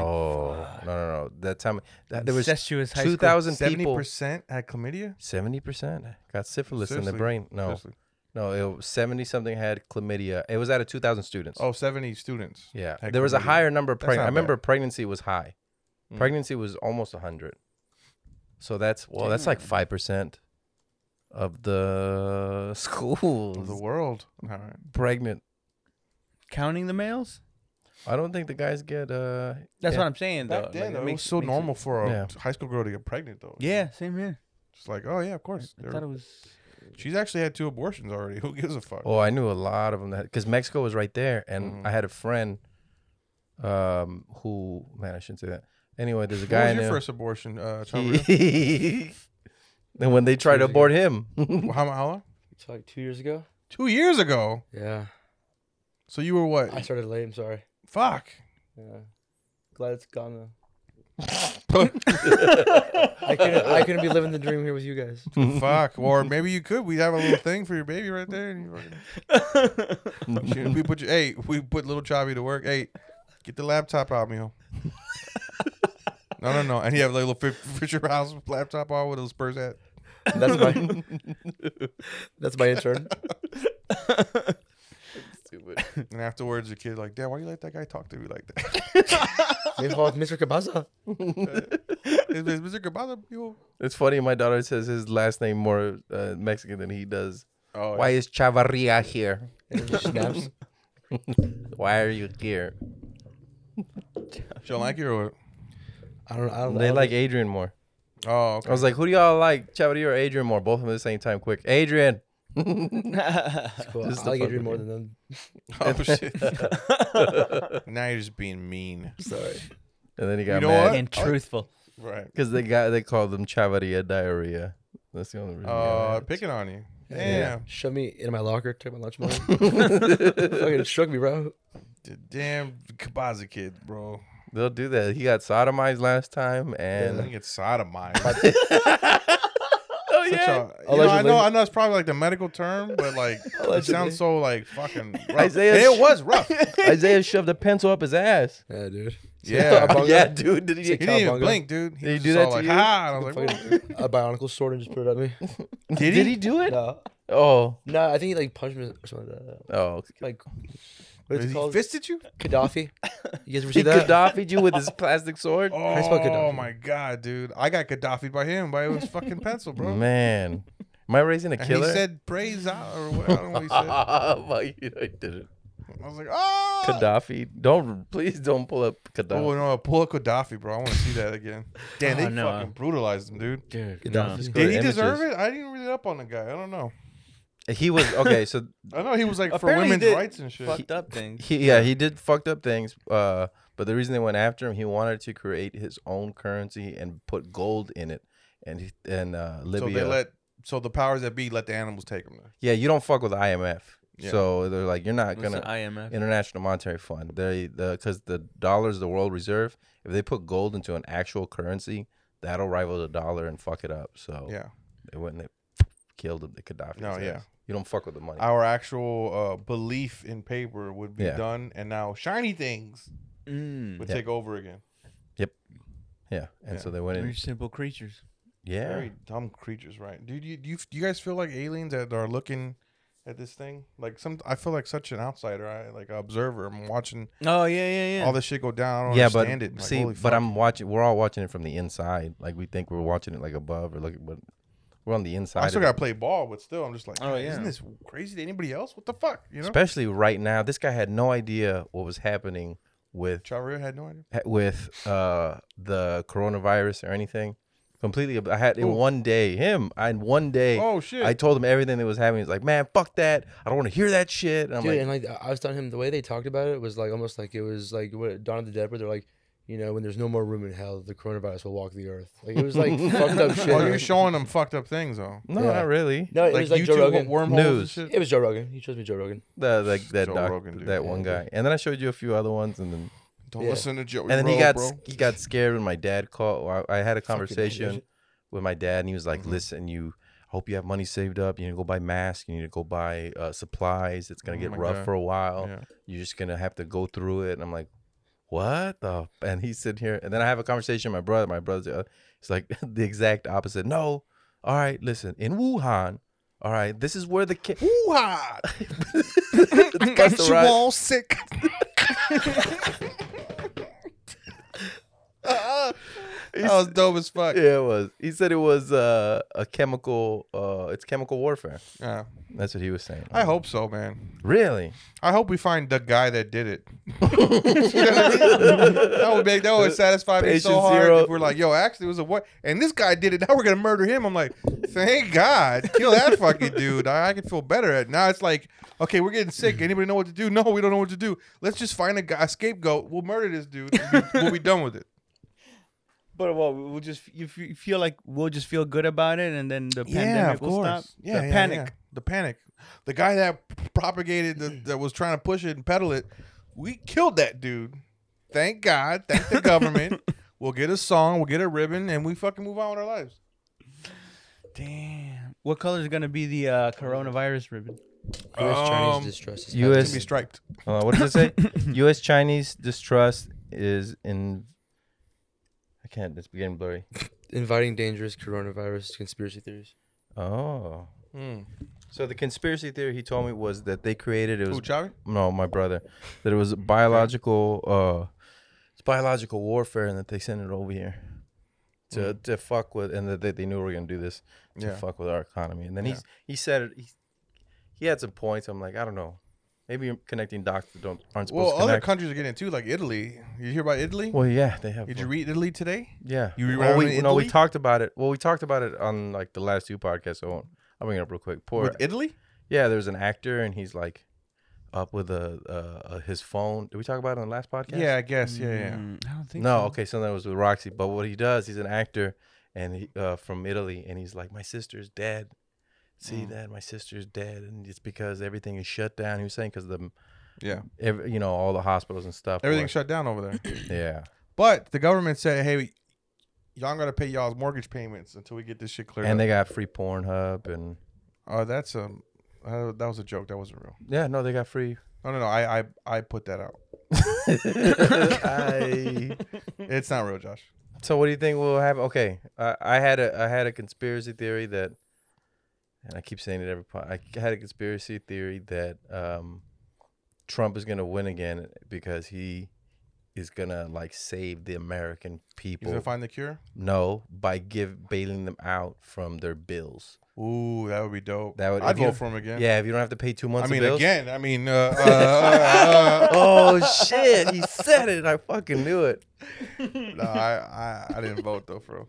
Speaker 4: like, fuck.
Speaker 3: no, no, no. That time, that, there was
Speaker 4: Incestuous high school.
Speaker 3: 2,000 people.
Speaker 5: 70% had chlamydia.
Speaker 3: 70% got syphilis in
Speaker 5: Seriously?
Speaker 3: the brain. No,
Speaker 5: Seriously.
Speaker 3: no, it was 70 something had chlamydia. It was out of 2,000 students.
Speaker 5: Oh, 70 students.
Speaker 3: yeah.
Speaker 5: had
Speaker 3: There was a
Speaker 5: chlamydia.
Speaker 3: higher number of
Speaker 5: That's
Speaker 3: pregnant.
Speaker 5: not
Speaker 3: I remember
Speaker 5: bad.
Speaker 3: pregnancy was high.
Speaker 5: Mm.
Speaker 3: Pregnancy was almost 100. So that's, well, that's like 5% of (laughs) the schools.
Speaker 5: of the world. All right.
Speaker 3: pregnant.
Speaker 4: Counting the males?
Speaker 3: I don't think the guys get uh
Speaker 4: That's
Speaker 3: yeah.
Speaker 4: what I'm saying, though.
Speaker 5: Back then,
Speaker 4: that
Speaker 5: though, it was
Speaker 4: makes-
Speaker 5: so
Speaker 4: makes
Speaker 5: normal for a
Speaker 3: Yeah.
Speaker 5: high school girl to get pregnant, though.
Speaker 4: Yeah, same here.
Speaker 5: Just like, oh, yeah, of
Speaker 4: I
Speaker 5: course. They're-
Speaker 4: thought it was.
Speaker 5: She's actually had two abortions already. (laughs) Who gives a fuck?
Speaker 3: Oh, I knew a lot of them that cuz Mexico was right there and
Speaker 5: Mhm.
Speaker 3: I had a friend um who man, I shouldn't say that. Anyway, there's a
Speaker 5: what
Speaker 3: guy
Speaker 5: was
Speaker 3: in
Speaker 5: your
Speaker 3: there.
Speaker 5: first abortion? Uh,
Speaker 3: (laughs)
Speaker 5: Tom Reed?
Speaker 3: and when they tried to
Speaker 6: Years ago.
Speaker 3: abort him. (laughs)
Speaker 5: Well, how, how long?
Speaker 6: It's like two years ago.
Speaker 5: Two years ago.
Speaker 6: Yeah,
Speaker 5: So you were what?
Speaker 6: I started late. I'm sorry.
Speaker 5: fuck.
Speaker 6: Yeah, glad it's gone (laughs) though.
Speaker 5: fuck.
Speaker 6: I couldn't. I couldn't be living the dream here with you guys.
Speaker 5: Or maybe you could. We have a little thing for your baby right there. And you (laughs) fucking- Shit, we put you, hey, we put little Chavi to work. Hey, get the laptop out, (laughs) mijo. No, no, no. And you have like a little Fi- Fisher House laptop on with those Spurs hat.
Speaker 6: That's my. that's my intern.
Speaker 5: And afterwards, the kid like, "Dad, why you let that guy talk to me like that?" (laughs)
Speaker 6: Mijo, Mr. Cabaza.
Speaker 5: It's- it's Mr. Gabata, you.
Speaker 3: it's funny my daughter says his last name more uh, Mexican than he does.
Speaker 5: Oh,
Speaker 3: Why is Chavarria here?
Speaker 6: And then she snaps.
Speaker 3: Why are you here?
Speaker 5: she don't like you or what?
Speaker 6: I don't. I don't. I
Speaker 3: They
Speaker 6: don't
Speaker 3: like Adrian more.
Speaker 5: Oh, okay.
Speaker 3: I was like, who do y'all like, Chavarria or Adrian more? Both of them at the same time quick. Adrian. (laughs)
Speaker 6: It's cool.
Speaker 3: Just
Speaker 6: I like
Speaker 3: the
Speaker 6: Adrian
Speaker 3: fuck
Speaker 6: more
Speaker 3: with
Speaker 6: than them.
Speaker 5: oh shit. (laughs) now you're just being mean.
Speaker 6: Sorry.
Speaker 3: And then he got
Speaker 5: You know
Speaker 3: mad.
Speaker 5: what?
Speaker 4: And (laughs) truthful.
Speaker 5: Right.
Speaker 3: Because the guy they called them Chavaria diarrhea. That's the only reason. he got
Speaker 5: Uh,
Speaker 3: mad.
Speaker 5: picking on you. Damn.
Speaker 6: Shove me in my locker. Took my (laughs) lunch money. Fucking shook me, bro.
Speaker 5: The damn Kabaza kid, bro.
Speaker 3: They'll do that. He got sodomized last time,
Speaker 5: I
Speaker 3: and
Speaker 5: (laughs)
Speaker 3: (laughs)
Speaker 5: think it's sodomized.
Speaker 3: oh,
Speaker 5: such a. You know, I
Speaker 6: Allegedly.
Speaker 5: know, I know, it's probably like the medical term, but
Speaker 3: (laughs)
Speaker 5: like it
Speaker 6: Allegedly.
Speaker 5: sounds so like fucking. Rough.
Speaker 3: Isaiah-
Speaker 5: it was
Speaker 3: (laughs)
Speaker 5: rough.
Speaker 3: Isaiah shoved a pencil up his ass.
Speaker 6: Yeah, dude.
Speaker 5: Yeah,
Speaker 6: Bunga.
Speaker 3: (laughs) Yeah, dude. Did
Speaker 5: he
Speaker 3: he?
Speaker 5: didn't even
Speaker 6: Cowabunga.
Speaker 5: blink, dude. He
Speaker 3: Did he
Speaker 5: was
Speaker 3: do
Speaker 5: just
Speaker 3: that
Speaker 5: all
Speaker 3: to
Speaker 5: like,
Speaker 3: you?
Speaker 5: "Ha," and I was like,
Speaker 6: Fucking- a bionicle sword and just put it at (laughs) me.
Speaker 5: "Did he?"
Speaker 3: Did he do it?
Speaker 6: No,
Speaker 3: Oh,
Speaker 6: no, I think he like punched me or something like that.
Speaker 3: oh. okay.
Speaker 6: Like, what is
Speaker 5: Did
Speaker 6: it
Speaker 5: he
Speaker 6: called?
Speaker 5: fisted you?
Speaker 6: (laughs) Gaddafi. You guys ever
Speaker 3: He
Speaker 6: see that?
Speaker 3: Gaddafi'd you with his plastic sword.
Speaker 5: (laughs) Oh
Speaker 6: I spelled Gaddafi.
Speaker 5: my god, dude! I got Gaddafi by him by his fucking pencil, bro.
Speaker 3: Man, am I raising a
Speaker 5: and
Speaker 3: killer?
Speaker 5: he
Speaker 3: (laughs)
Speaker 5: said praise out or what? I don't know what he said.
Speaker 3: Well, you know, he did it.
Speaker 5: I was like, oh.
Speaker 3: Gaddafi. Don't please don't pull up Gaddafi.
Speaker 5: Oh no! Pull up Gaddafi, bro. I want to see that
Speaker 3: (laughs)
Speaker 5: again. Damn, they
Speaker 4: Oh, no.
Speaker 5: fucking brutalized him, dude.
Speaker 4: Dude,
Speaker 6: Gaddafi.
Speaker 4: no.
Speaker 3: Just go
Speaker 5: Did
Speaker 3: to
Speaker 5: he deserve
Speaker 3: images.
Speaker 5: it? I didn't read it up on the guy. I don't know.
Speaker 3: He was okay. So
Speaker 5: (laughs) I know he was like
Speaker 4: Apparently he
Speaker 5: for women's
Speaker 4: did.
Speaker 5: rights and shit.
Speaker 4: fucked up (laughs) things.
Speaker 3: he, yeah, he did fucked up things. Uh, but the reason they went after him, he wanted to create his own currency and put gold in it, and he- and uh,
Speaker 5: so
Speaker 3: Libya.
Speaker 5: they let so the powers that be let the animals take him. There.
Speaker 3: yeah, you don't fuck with the IMF.
Speaker 5: Yeah.
Speaker 3: So they're like, you're not gonna
Speaker 4: IMF.
Speaker 3: International Monetary Fund. They the because the dollar is the world reserve. If they put gold into an actual currency, that'll rival the dollar and fuck it up. So
Speaker 5: Yeah,
Speaker 3: they went and they killed the Gaddafi.
Speaker 5: No, yeah.
Speaker 3: You don't fuck with the money.
Speaker 5: our actual uh, belief in paper would be
Speaker 3: Yeah.
Speaker 5: done, and now shiny things
Speaker 4: Mm.
Speaker 5: would
Speaker 3: Yeah.
Speaker 5: take over again.
Speaker 3: yeah, and
Speaker 5: Yeah.
Speaker 3: so they went
Speaker 4: We're
Speaker 3: in.
Speaker 4: simple creatures.
Speaker 3: Yeah,
Speaker 5: Very dumb creatures, right? Dude, you, do you do you guys feel like aliens that are looking at this thing? Like some, I feel like such an outsider, I like an observer. I'm watching
Speaker 4: Oh yeah, yeah, yeah.
Speaker 5: all this shit go down. I don't
Speaker 3: yeah, but
Speaker 5: understand it. I'm like,
Speaker 3: see,
Speaker 5: holy
Speaker 3: but
Speaker 5: fuck.
Speaker 3: I'm watching. We're all watching it from the inside. Like we think we're watching it like above or looking, but we're on the inside.
Speaker 5: I still
Speaker 3: of it.
Speaker 5: gotta play ball, but still, I'm just like,
Speaker 4: Oh,
Speaker 5: "Man, isn't
Speaker 4: yeah.
Speaker 5: this crazy to anybody else? What the fuck, you know?
Speaker 3: Especially right now, this guy had no idea what was happening with
Speaker 5: Traveler had no idea.
Speaker 3: ha- with uh the coronavirus or anything. Completely, ab- I had in
Speaker 5: Who?
Speaker 3: one day him. I in one day,
Speaker 5: Oh shit!
Speaker 3: I told him everything that was happening. He's like, "Man, fuck that! I don't want to hear that shit." And I'm
Speaker 6: Dude,
Speaker 3: like,
Speaker 6: and like I was telling him the way they talked about it was like almost like it was like what Dawn of the Dead, where they're like, you know, when there's no more room in hell, the coronavirus will walk the earth. Like it was like
Speaker 5: (laughs)
Speaker 6: fucked up shit.
Speaker 5: well, you're showing them fucked up things though.
Speaker 3: "No,
Speaker 6: Yeah.
Speaker 3: not really."
Speaker 6: no, it
Speaker 5: like
Speaker 6: was like Joe
Speaker 5: YouTube
Speaker 6: Rogan.
Speaker 5: wormholes
Speaker 3: News.
Speaker 5: and
Speaker 6: It
Speaker 5: shit.
Speaker 6: was Joe Rogan. He chose me Joe Rogan.
Speaker 3: The, like that
Speaker 5: Joe
Speaker 3: doc,
Speaker 5: Rogan, dude.
Speaker 3: that one guy, and then I showed you a few other ones, and then
Speaker 5: Don't
Speaker 6: Yeah.
Speaker 5: listen to Joe.
Speaker 3: and then
Speaker 5: Rogan,
Speaker 3: he got
Speaker 5: bro.
Speaker 3: s- he got scared when my dad called. I, I had a
Speaker 6: Fucking
Speaker 3: conversation
Speaker 6: idiot.
Speaker 3: with my dad, and he was like,
Speaker 5: Mhm.
Speaker 3: "Listen, you." I Hope you have money saved up. You need to go buy masks. You need to go buy uh, supplies. It's gonna
Speaker 5: Oh
Speaker 3: get
Speaker 5: my
Speaker 3: rough
Speaker 5: God.
Speaker 3: for a while.
Speaker 5: Yeah.
Speaker 6: (laughs)
Speaker 3: you're just gonna have to go through it. And I'm like, what the? f-" And he's sitting here, and then I have a conversation with my brother. My brother's, uh, he's like (laughs) the exact opposite. No, all right, listen, in Wuhan, all right, this is where the kid.
Speaker 5: (laughs) Woo-ha!
Speaker 3: That's (laughs) the right.
Speaker 5: all
Speaker 6: (laughs)
Speaker 5: sick. that was dope as fuck. Yeah.
Speaker 3: Yeah, it was. He said it was uh, a chemical. Uh, it's chemical warfare. That's what he was saying.
Speaker 5: I hope so, man.
Speaker 3: Really?
Speaker 5: I hope we find the guy that did
Speaker 3: (laughs)
Speaker 5: it. (laughs) that would make that would satisfy me so
Speaker 3: Patient
Speaker 5: hard
Speaker 3: zero.
Speaker 5: if we're like, yo, actually it was a what and this guy did it. Now we're gonna murder him. I'm like, thank God, kill that fucking dude. I, I can feel better at now. It's like, okay, we're getting sick. Anybody know what to do? No, we don't know what to do. Let's just find a guy, a scapegoat. We'll murder this dude. and be- we'll be done with it.
Speaker 4: But well, we'll just you f- you feel like we'll just feel good about it, and then the
Speaker 5: Yeah,
Speaker 4: pandemic
Speaker 5: of
Speaker 4: will stop.
Speaker 5: course. Yeah,
Speaker 4: the
Speaker 5: yeah,
Speaker 4: panic.
Speaker 5: yeah. The panic. The guy that propagated
Speaker 4: Mm-hmm.
Speaker 5: the, that was trying to push it and peddle it. We killed that dude. Thank God. Thank the
Speaker 4: (laughs)
Speaker 5: government. we'll get a song. We'll get a ribbon, and we fucking move on with our lives.
Speaker 4: Damn. What color is gonna be the uh, coronavirus ribbon?
Speaker 6: U.S.
Speaker 5: Um,
Speaker 6: Chinese distrust. is
Speaker 3: US
Speaker 5: It's gonna be striped.
Speaker 3: Uh, what does it say? U.S. Chinese distrust is in. I can't. It's getting blurry.
Speaker 6: inviting dangerous coronavirus conspiracy theories.
Speaker 3: Oh.
Speaker 5: Hmm.
Speaker 3: So the conspiracy theory he told me was that they created it was
Speaker 5: Who, Chavi?
Speaker 3: no my brother that it was biological uh it's biological warfare and that they sent it over here to to fuck with and that they, they knew we were gonna do this
Speaker 5: Hmm.
Speaker 3: to
Speaker 5: Yeah.
Speaker 3: fuck with our economy and then
Speaker 5: Yeah.
Speaker 3: he's he said it he, he had some points I'm like I don't know maybe you're connecting dots that don't aren't supposed
Speaker 5: Well,
Speaker 3: to
Speaker 5: other
Speaker 3: connect
Speaker 5: countries are getting it too, like Italy. You hear about Italy?
Speaker 3: well yeah they have
Speaker 5: Did you read Italy today?
Speaker 3: yeah
Speaker 5: you read what
Speaker 3: well,
Speaker 5: happened
Speaker 3: we,
Speaker 5: in
Speaker 3: no we
Speaker 5: Italy?
Speaker 3: talked about it well we talked about it on like the last two podcasts so I won't, I'll bring it up real quick poor
Speaker 5: With Italy?
Speaker 3: Yeah, there's an actor and he's like up with a, uh, uh his phone. Did we talk about it on the last podcast?
Speaker 5: Yeah, I guess. Yeah, yeah.
Speaker 4: Mm, I don't think
Speaker 3: No,
Speaker 4: so.
Speaker 3: okay, so that was with Roxy. But what he does, he's an actor and he uh, from Italy, and he's like, my sister's dead. See
Speaker 5: Mm.
Speaker 3: that my sister's dead, and it's because everything is shut down. He was saying because the
Speaker 5: Yeah.
Speaker 3: every, you know all the hospitals and stuff.
Speaker 5: Everything
Speaker 3: were-
Speaker 5: shut down over there.
Speaker 3: yeah.
Speaker 5: But the government said, hey, y'all gotta pay y'all's mortgage payments until we get this shit cleared.
Speaker 3: And
Speaker 5: up.
Speaker 3: they got free Pornhub and
Speaker 5: oh, that's um, uh, that was a joke. That wasn't real.
Speaker 3: yeah, no, they got free.
Speaker 5: (laughs)
Speaker 3: (laughs)
Speaker 5: No, no, no. I, I, I put that out.
Speaker 3: I-
Speaker 5: It's not real, Josh.
Speaker 3: So what do you think will happen? Okay, I I had a I had a conspiracy theory that, and I keep saying it every point. I had a conspiracy theory that um, Trump is gonna win again because he is gonna like save the American
Speaker 5: He's
Speaker 3: people.
Speaker 5: gonna find the cure.
Speaker 3: no, by give bailing them out from their bills.
Speaker 5: Ooh, that would be dope.
Speaker 3: That would-
Speaker 5: I'd
Speaker 3: if you-
Speaker 5: vote for him again.
Speaker 3: Yeah, if you don't have to pay two months.
Speaker 5: I
Speaker 3: of
Speaker 5: mean,
Speaker 3: bills-
Speaker 5: again. I mean, uh, uh, uh, uh,
Speaker 3: (laughs) oh shit! He said it. I fucking
Speaker 5: (laughs)
Speaker 3: knew it.
Speaker 5: no, I, I, I didn't vote though, bro.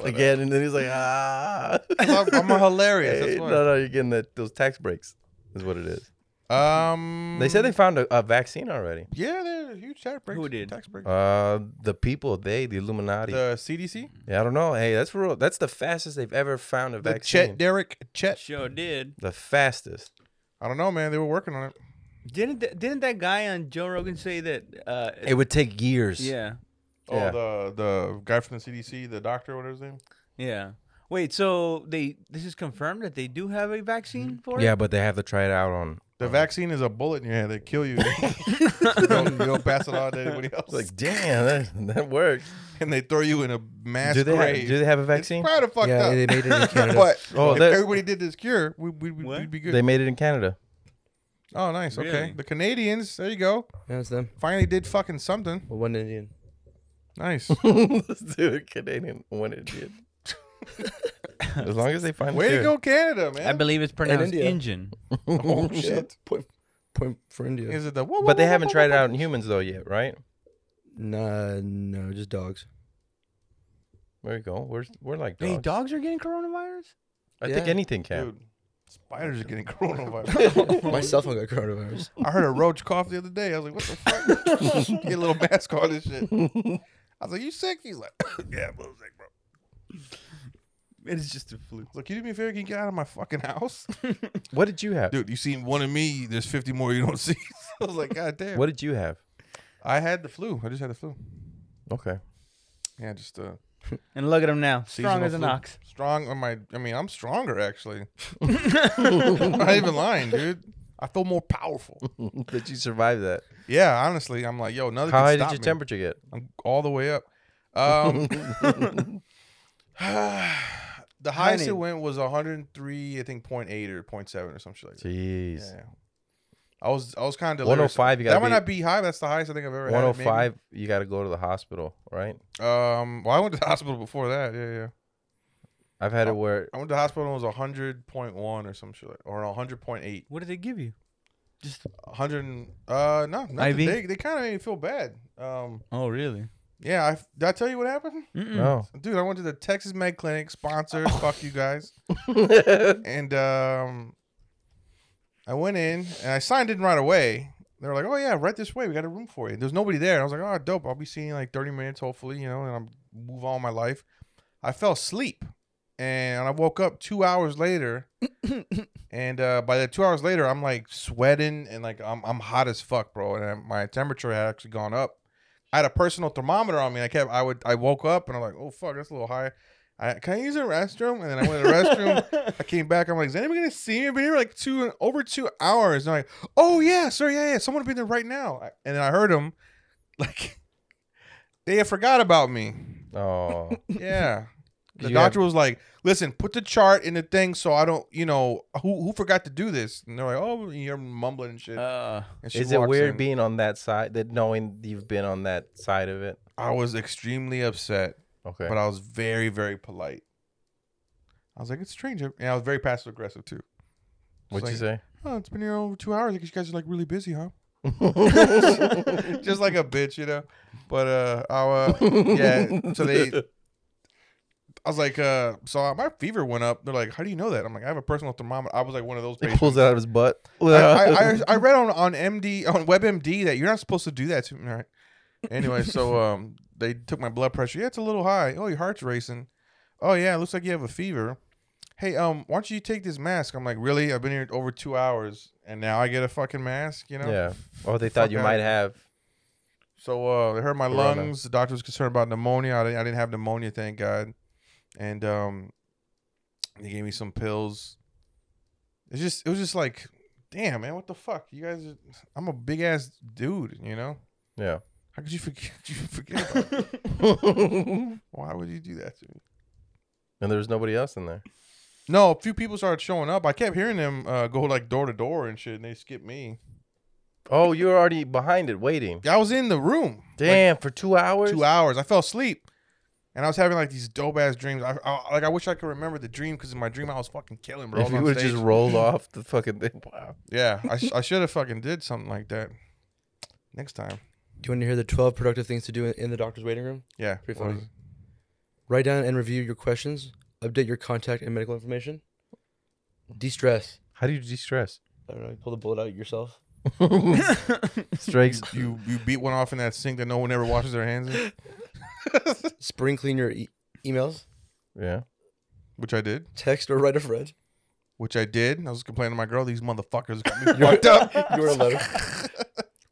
Speaker 3: again, and then he's like, ah.
Speaker 5: I'm, I'm a hilarious.
Speaker 3: Hey,
Speaker 5: That's
Speaker 3: no,
Speaker 5: why.
Speaker 3: no, you're getting that those tax breaks. Is what it is.
Speaker 5: Um,
Speaker 3: They said they found a, a vaccine already.
Speaker 5: Yeah, they're a huge tax breaks.
Speaker 4: Who did?
Speaker 5: tax breaks?
Speaker 3: Uh, the people, they, the Illuminati.
Speaker 5: the CDC.
Speaker 3: yeah, I don't know. Hey, that's real. That's the fastest they've ever found a
Speaker 5: The
Speaker 3: vaccine.
Speaker 5: Chet Derek Chet.
Speaker 4: Sure did.
Speaker 3: the fastest.
Speaker 5: I don't know, man. They were working on it.
Speaker 4: Didn't th- didn't that guy on Joe Rogan say that? Uh,
Speaker 3: It would take years.
Speaker 4: yeah,
Speaker 3: Yeah.
Speaker 5: Oh, the the guy from the CDC, the doctor, whatever his name.
Speaker 4: yeah. Wait, so they this is confirmed that they do have a vaccine for
Speaker 3: Yeah,
Speaker 4: it.
Speaker 3: but they have to try it out on.
Speaker 5: The
Speaker 3: on-
Speaker 5: vaccine is a bullet in your head that
Speaker 3: (laughs)
Speaker 5: kill you. (laughs) you, don't, you don't pass it on to anybody else.
Speaker 3: It's like, damn, that, that works.
Speaker 5: and they throw you in a mass
Speaker 3: do they have,
Speaker 5: grave.
Speaker 3: do they have a
Speaker 5: it's
Speaker 3: vaccine?
Speaker 5: kind of fucked
Speaker 6: yeah,
Speaker 5: up.
Speaker 6: they made it in
Speaker 5: (laughs)
Speaker 6: Canada.
Speaker 5: but
Speaker 3: Oh,
Speaker 5: if
Speaker 3: they're-
Speaker 5: everybody did this cure, we, we, we,
Speaker 4: What?
Speaker 5: would be good.
Speaker 3: They made it
Speaker 5: (laughs)
Speaker 3: in Canada.
Speaker 5: oh, nice. Okay.
Speaker 4: Really?
Speaker 5: The Canadians, there you go.
Speaker 6: yeah, it's them.
Speaker 5: Finally did fucking something.
Speaker 6: Well, one Indian.
Speaker 3: (laughs)
Speaker 5: Nice.
Speaker 3: Dude, Canadian when
Speaker 5: (laughs)
Speaker 3: it did. as long as they find
Speaker 5: Way
Speaker 3: a
Speaker 5: to
Speaker 3: cure.
Speaker 5: go, Canada, man.
Speaker 4: I believe it's pronounced
Speaker 6: India.
Speaker 4: engine.
Speaker 5: oh, shit.
Speaker 6: Point, point for India.
Speaker 5: Is it the.
Speaker 3: But they haven't tried it out in humans though yet, right?
Speaker 6: Nah, no,
Speaker 5: (laughs)
Speaker 6: just dogs.
Speaker 3: There you go. We're we're like dogs.
Speaker 4: Hey, dogs are getting coronavirus.
Speaker 3: I think
Speaker 6: Yeah.
Speaker 3: anything can.
Speaker 5: Dude, spiders are
Speaker 3: (laughs)
Speaker 5: getting coronavirus.
Speaker 6: My cell phone got coronavirus.
Speaker 5: I heard a roach cough the other day. I was like, what the fuck? (laughs) Get a little mask on and shit. I was like, you sick? He's like, (laughs) yeah, I'm a little sick, bro. I
Speaker 4: It's just a flu.
Speaker 5: was like, you do me a favor? Can you get out of my fucking house? (laughs)
Speaker 3: What did you have?
Speaker 5: Dude, you seen one of me. There's 50 more you don't (laughs) see. I was like, God damn.
Speaker 3: What did you have?
Speaker 5: I had the flu. I just had the flu.
Speaker 3: Okay.
Speaker 5: Yeah, just uh,
Speaker 4: And look at him now, strong
Speaker 5: Seasonal
Speaker 4: as an
Speaker 5: flu.
Speaker 4: ox.
Speaker 5: strong on my. I mean, I'm stronger
Speaker 4: (laughs)
Speaker 5: actually. I'm not even lying, dude. I feel more
Speaker 3: (laughs)
Speaker 5: powerful.
Speaker 3: Did you survive that?
Speaker 5: Yeah, honestly, I'm like, yo, nothing.
Speaker 3: How
Speaker 5: can
Speaker 3: high did
Speaker 5: stop
Speaker 3: your
Speaker 5: me.
Speaker 3: temperature get?
Speaker 5: I'm all the way up. Um,
Speaker 3: (laughs)
Speaker 5: (sighs) the highest
Speaker 4: Honey.
Speaker 5: it went was 103, I think 0.8 or 0.7 or some shit like that.
Speaker 3: Jeez.
Speaker 5: Yeah. I was I was kind of
Speaker 3: 105, you
Speaker 5: That
Speaker 3: gotta
Speaker 5: might
Speaker 3: be-
Speaker 5: not be high. But that's the highest I think I've ever had. maybe.
Speaker 3: 105, you got to go to the hospital, right?
Speaker 5: Um, well, I went to the hospital before that. Yeah, yeah.
Speaker 3: I've had
Speaker 5: Oh. (clears throat)
Speaker 3: it where
Speaker 5: I went to the hospital and it was 100.1 or some shit, like- or 100.8.
Speaker 4: What did they give you? Just
Speaker 5: 100. and- Uh, no, nothing.
Speaker 4: IV?
Speaker 5: They, they kind of made me feel bad. Um,
Speaker 4: oh really?
Speaker 5: yeah. I, did I tell you what happened,
Speaker 3: no.
Speaker 5: dude? I went to the Texas Med Clinic, sponsored. fuck you guys. and um, I went in and I signed in right away. They were like, "Oh yeah, right this way. We got a room for you." There's nobody there. And I was like, "Oh, dope. I'll be seeing you in, like 30 minutes, hopefully, you know, and I'm move on with my life." I fell asleep, and I woke up two hours later. and uh, by the two hours later, I'm like sweating and like I'm I'm hot as fuck, bro. And my temperature had actually gone up. I had a personal thermometer on me. I kept I would I woke up and I'm like, "Oh fuck, that's a little high." I, can I use a restroom? And then I went to the restroom. I came back. I'm like, is anybody gonna see me? I've been here like two over two hours. And I'm like, oh yeah, sir, yeah, yeah, someone will be there right now. I- And then I heard him, (laughs) like, they had forgot about me.
Speaker 3: Oh. (laughs)
Speaker 5: Yeah. The
Speaker 3: You
Speaker 5: doctor was like, listen, put the chart in the thing so I don't, you know, who who forgot to do this? And they're like, oh, you're mumbling and shit.
Speaker 4: Uh,
Speaker 5: and (laughs) she
Speaker 3: Is it
Speaker 5: walks
Speaker 3: weird
Speaker 5: in.
Speaker 3: being on that side that knowing you've been on that side of it?
Speaker 5: I was extremely upset,
Speaker 3: Okay.
Speaker 5: but I was very, very polite. I was like, it's strange. And I was very passive aggressive too.
Speaker 3: What'd you
Speaker 5: like-
Speaker 3: say?
Speaker 5: Oh, it's been here over two hours. I guess you guys are like really busy,
Speaker 3: (laughs)
Speaker 5: huh? Just like a bitch, you know. But uh, I,
Speaker 3: (laughs)
Speaker 5: uh yeah. So they, I was like, uh, so my fever went up. They're like, how do you know that? I'm like, I have a personal thermometer. I was like one of those
Speaker 3: He
Speaker 5: patients.
Speaker 3: pulls it out of his butt.
Speaker 5: (laughs) I,
Speaker 3: (laughs)
Speaker 5: I, I, I read on on MD on WebMD that you're not supposed to do that to me. All right. Anyway, so um, they took my blood pressure. Yeah, it's a little high. Oh, your heart's racing. Oh yeah, it looks like you have a fever. Hey, um, why don't you take this mask? I'm like, really? I've been here over two hours, and now I get a fucking mask. You know?
Speaker 3: yeah. Oh, they thought
Speaker 5: Fuck
Speaker 3: you
Speaker 5: out.
Speaker 3: might have
Speaker 5: So uh, it hurt my
Speaker 3: Corona.
Speaker 5: lungs. The doctor was concerned about pneumonia. I didn't, I didn't have pneumonia, thank God. And um, they gave me some pills. It's just it was just like, damn man, what the fuck? You guys, are, I'm a big ass dude, you know.
Speaker 3: Yeah.
Speaker 5: (laughs) How could you forget? You forget? About it?
Speaker 3: and
Speaker 5: Why would you do that to me?
Speaker 3: there was nobody else in there.
Speaker 5: No, a few people started showing up. I kept hearing them uh, go like door to door and shit, and they skipped me.
Speaker 3: Oh, you were already behind it waiting.
Speaker 5: I was in the room.
Speaker 3: Damn, for two hours?
Speaker 5: two hours. I fell asleep, and I was having like these dope ass dreams. I, I like I wish I could remember the dream because in my dream I was fucking killing bro.
Speaker 3: If you would have
Speaker 5: (laughs)
Speaker 3: just rolled off the fucking thing. Wow.
Speaker 5: yeah, I,
Speaker 3: (laughs)
Speaker 5: sh- I should have fucking did something like that next time.
Speaker 6: Do you want to hear the 12 productive things to do in- in the doctor's waiting room?
Speaker 5: Yeah,
Speaker 6: Pretty
Speaker 5: what
Speaker 6: funny.
Speaker 5: is it?
Speaker 6: Write down and review your questions. Update your contact and medical information. De-stress.
Speaker 3: How do you de stress?
Speaker 6: I don't know. You pull the bullet out yourself.
Speaker 3: Strikes.
Speaker 5: You you beat one off in that sink that no one ever washes their hands
Speaker 3: (laughs)
Speaker 5: in,
Speaker 6: Spring clean your e- emails.
Speaker 3: Yeah.
Speaker 5: which I did,
Speaker 6: Text or write a friend.
Speaker 5: which I did. I was complaining to my girl, these motherfuckers
Speaker 3: (laughs)
Speaker 5: got me fucked up.
Speaker 6: You're a letter.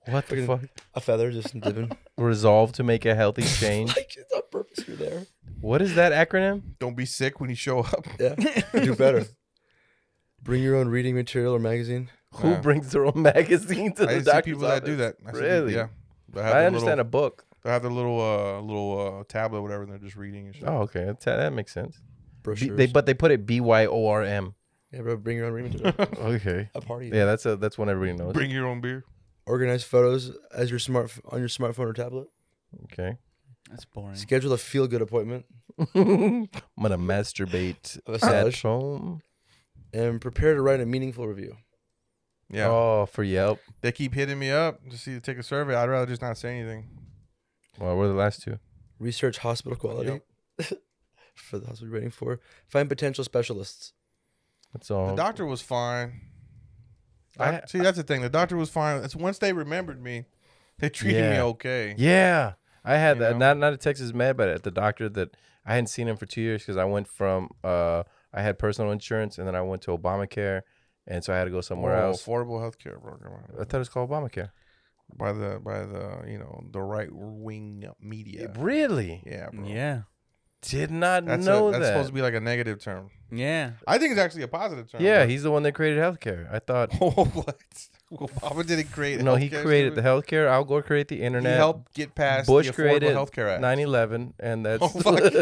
Speaker 3: What the
Speaker 6: Fucking-
Speaker 3: fuck?
Speaker 6: A feather just (laughs) dipping.
Speaker 3: Resolve to make a healthy change.
Speaker 6: like, it's on purpose. You're there.
Speaker 3: what is that acronym?
Speaker 5: Don't be sick when you show up.
Speaker 6: Yeah. Do better. Bring your own reading material or magazine.
Speaker 3: Who
Speaker 5: Yeah.
Speaker 3: brings their own (laughs) magazine to
Speaker 5: I
Speaker 3: the
Speaker 5: see
Speaker 3: doctor's
Speaker 5: people that do
Speaker 3: office?
Speaker 5: that. I see people-
Speaker 3: Really?
Speaker 5: yeah. They have
Speaker 3: I
Speaker 5: their
Speaker 3: understand a
Speaker 5: Little,
Speaker 3: book.
Speaker 5: they have their little uh, little uh, tablet, or whatever, and they're just reading and shit.
Speaker 3: Oh, okay. That, that makes sense. B-
Speaker 6: Brochures.
Speaker 3: they but they put it B Y O R M.
Speaker 6: yeah, bro, bring your own reading material.
Speaker 3: Okay.
Speaker 6: a party.
Speaker 3: Yeah, that's a that's one everybody knows.
Speaker 5: (laughs) Bring your own beer.
Speaker 6: Organize photos as your smart on your smartphone or tablet.
Speaker 3: Okay. (laughs)
Speaker 4: That's boring.
Speaker 6: Schedule a feel good appointment
Speaker 3: I'm gonna masturbate
Speaker 6: of a
Speaker 3: at
Speaker 6: massage
Speaker 3: home.
Speaker 6: and prepare to write a meaningful review.
Speaker 5: Yeah,
Speaker 3: Oh, for Yelp.
Speaker 5: they keep hitting me up to see to take a survey. I'd rather just not say anything.
Speaker 3: Well, we're the last two.
Speaker 6: Research hospital quality (laughs) for the hospital you're waiting for. Find potential specialists.
Speaker 3: That's all.
Speaker 5: The doctor was fine.
Speaker 3: Oh. I-
Speaker 5: Doc- see, that's the thing. The doctor was fine. It's once they remembered me, they treated me
Speaker 3: Yeah.
Speaker 5: okay.
Speaker 3: Yeah, I had
Speaker 5: You
Speaker 3: that.
Speaker 5: know?
Speaker 3: Not not at Texas Med, but at the doctor that I hadn't seen him for two years because I went from uh I had personal insurance and then I went to Obamacare, and so I had to go somewhere
Speaker 5: Oh,
Speaker 3: else.
Speaker 5: affordable healthcare program
Speaker 3: I thought it was called Obamacare.
Speaker 5: by the by the you know the right wing media.
Speaker 3: Really?
Speaker 5: Yeah, bro.
Speaker 4: Yeah.
Speaker 3: Did not
Speaker 5: That's, a-
Speaker 3: know
Speaker 5: that's
Speaker 3: that.
Speaker 5: supposed to be like a negative term.
Speaker 4: Yeah.
Speaker 5: I think it's actually a positive term.
Speaker 3: yeah, he's the one that created healthcare.
Speaker 5: (laughs)
Speaker 3: I thought.
Speaker 5: Oh, (laughs) what? Obama didn't create.
Speaker 3: No, he
Speaker 5: healthcare,
Speaker 3: created the
Speaker 5: stupid.
Speaker 3: healthcare. I'll go create the internet.
Speaker 5: He helped get past
Speaker 3: Bush
Speaker 5: the Affordable
Speaker 3: created
Speaker 5: Healthcare Act.
Speaker 3: 9/11, and that's
Speaker 5: Oh, fuck.